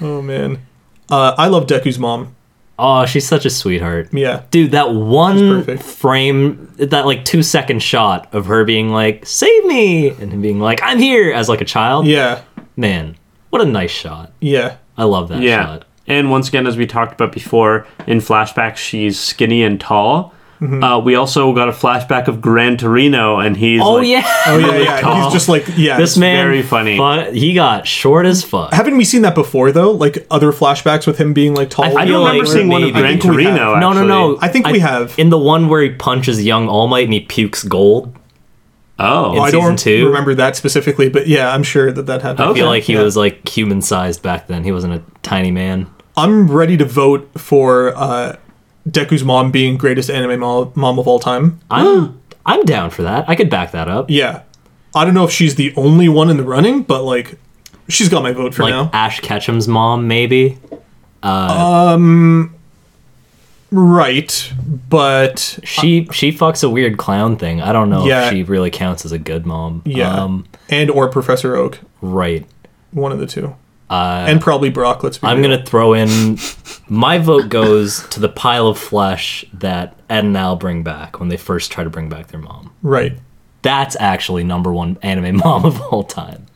Speaker 4: Oh man. Uh, I love Deku's mom.
Speaker 3: Oh, she's such a sweetheart.
Speaker 4: Yeah.
Speaker 3: Dude, that
Speaker 4: She's
Speaker 3: one
Speaker 4: perfect.
Speaker 3: frame, that like two second shot of her being like, save me! And him being like, I'm here! as like a child.
Speaker 4: Yeah.
Speaker 3: Man, what a nice shot.
Speaker 4: Yeah.
Speaker 3: I love that
Speaker 5: Yeah.
Speaker 3: shot.
Speaker 5: And once again, as we talked about before, in flashbacks, she's skinny and tall.
Speaker 3: Mm-hmm.
Speaker 5: Uh, we also got a flashback of Gran Torino, and he's
Speaker 3: Oh
Speaker 5: like,
Speaker 3: yeah.
Speaker 4: Oh yeah, yeah.
Speaker 5: tall.
Speaker 4: He's just like yeah.
Speaker 3: this man
Speaker 5: very funny.
Speaker 3: fu- he got short as fuck.
Speaker 4: haven't we seen that before though? Like other flashbacks with him being like tall.
Speaker 3: I
Speaker 5: I
Speaker 3: feel
Speaker 5: don't remember
Speaker 3: like
Speaker 5: seeing one of
Speaker 3: maybe- I
Speaker 5: Gran
Speaker 4: think we have.
Speaker 5: Torino.
Speaker 3: No, no, no.
Speaker 5: actually.
Speaker 4: Oh, I think we have.
Speaker 3: in the one where he punches young All Might and he pukes gold.
Speaker 5: Oh,
Speaker 3: It's-
Speaker 4: I
Speaker 3: season
Speaker 4: don't
Speaker 3: two.
Speaker 4: remember that specifically, but yeah, I'm sure that that happened.
Speaker 3: I feel
Speaker 5: Okay.
Speaker 3: like he
Speaker 4: Yeah.
Speaker 3: was like human sized back then. He wasn't a tiny man.
Speaker 4: I'm ready to vote for uh, Deku's mom being greatest anime mo- mom of all time.
Speaker 3: I'm I'm down for that. I could back that up.
Speaker 4: Yeah, I don't know if she's the only one in the running, but like, she's got my vote for
Speaker 3: like
Speaker 4: now.
Speaker 3: Ash Ketchum's mom, maybe.
Speaker 4: Right, but
Speaker 3: She she fucks a weird clown thing. I don't know
Speaker 4: Yeah.
Speaker 3: if she really counts as a good mom.
Speaker 4: yeah,
Speaker 3: Um,
Speaker 4: and or Professor Oak,
Speaker 3: right.
Speaker 4: one of the two, uh, and probably Brock. Let's be.
Speaker 3: I'm
Speaker 4: real.
Speaker 3: gonna throw in my vote goes to the pile of flesh that Ed and Al bring back when they first try to bring back their mom.
Speaker 4: right.
Speaker 3: That's actually number one anime *laughs* mom of all time.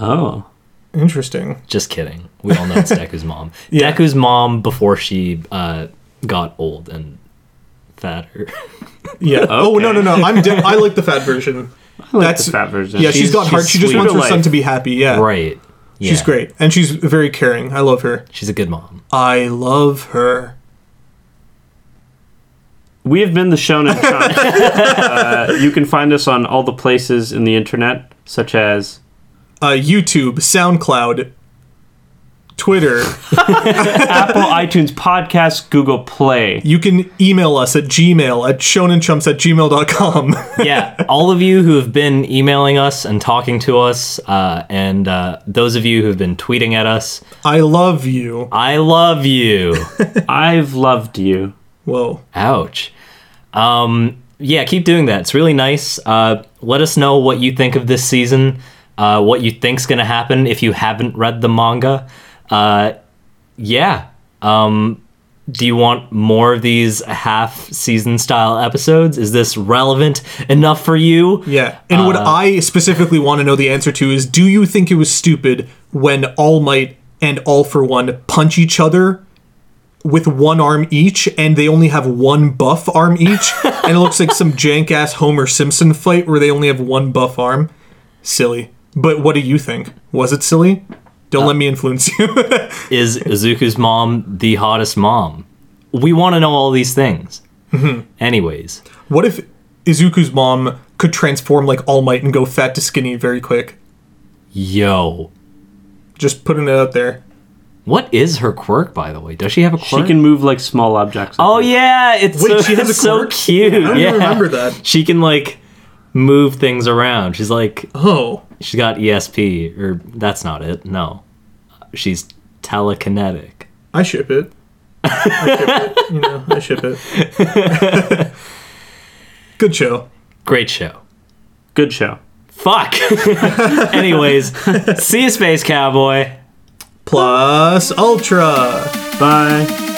Speaker 5: oh,
Speaker 4: Interesting.
Speaker 3: Just kidding. We all know
Speaker 4: *laughs*
Speaker 3: it's Deku's mom.
Speaker 4: Yeah.
Speaker 3: Deku's mom before she uh, got old and fatter.
Speaker 4: Yeah. Oh no no no! I'm de- I like the fat
Speaker 5: *laughs*
Speaker 4: version. I
Speaker 5: like
Speaker 4: That's
Speaker 5: the fat version.
Speaker 4: Yeah, she's
Speaker 3: She's-
Speaker 4: got heart.
Speaker 3: she's
Speaker 4: She just
Speaker 3: sweet.
Speaker 4: wants her
Speaker 5: Like-
Speaker 4: son to be happy. Yeah.
Speaker 3: right.
Speaker 4: Uh, She's
Speaker 3: Yeah.
Speaker 4: *laughs* great, and she's very caring. I love her.
Speaker 3: She's a good mom.
Speaker 4: I love her.
Speaker 5: We have been
Speaker 3: *laughs*
Speaker 5: the Shonen Chronicles. uh, you can find us on all the places in the internet, such as
Speaker 4: Uh, YouTube, SoundCloud, Twitter.
Speaker 5: Apple, iTunes, Podcasts, Google Play.
Speaker 4: You can email us at gmail at shonenchumps at *laughs* gmail.com.
Speaker 3: yeah, all of you who have been emailing us and talking to us, uh, and uh, those of you who've been tweeting at us,
Speaker 4: I love you.
Speaker 3: I love you.
Speaker 5: I've loved you.
Speaker 4: Whoa.
Speaker 3: Ouch. Um, yeah, keep doing that. It's really nice. Uh, let us know what you think of this season, uh, what you think's going to happen if you haven't read the manga. Uh, yeah. Um, do you want more of these half season style episodes? Is this relevant enough for you?
Speaker 4: Yeah. And what I specifically want to know the answer to is do you think it was stupid when All Might and All for One punch each other with one arm each and they only have one buff arm each? and it looks like some jank ass Homer Simpson fight where they only have one buff arm? Silly. But what do you think? Was it silly? Don't let me influence you. *laughs*
Speaker 3: Is Izuku's mom the hottest mom? We want to know all these things.
Speaker 5: Mm-hmm.
Speaker 3: Anyways,
Speaker 4: what if Izuku's mom could transform like All Might and go fat to skinny very quick?
Speaker 3: yo,
Speaker 4: Just putting it out there.
Speaker 3: what is her quirk, by the way? Does she have a
Speaker 5: She
Speaker 3: quirk?
Speaker 5: can move like small objects.
Speaker 3: Oh yeah, it's
Speaker 4: Wait,
Speaker 3: so,
Speaker 4: she has a
Speaker 3: it's so
Speaker 4: quirk?
Speaker 3: cute.
Speaker 4: I don't
Speaker 3: yeah.
Speaker 4: remember that.
Speaker 3: She can like move things around. She's like
Speaker 4: Oh.
Speaker 3: she's got ESP or that's not it. No. She's telekinetic.
Speaker 4: I ship it. I ship it. You know, I ship it. Good show.
Speaker 3: Great show.
Speaker 5: Good show.
Speaker 3: Fuck. *laughs* Anyways, see you space cowboy.
Speaker 4: Plus Ultra.
Speaker 5: Bye.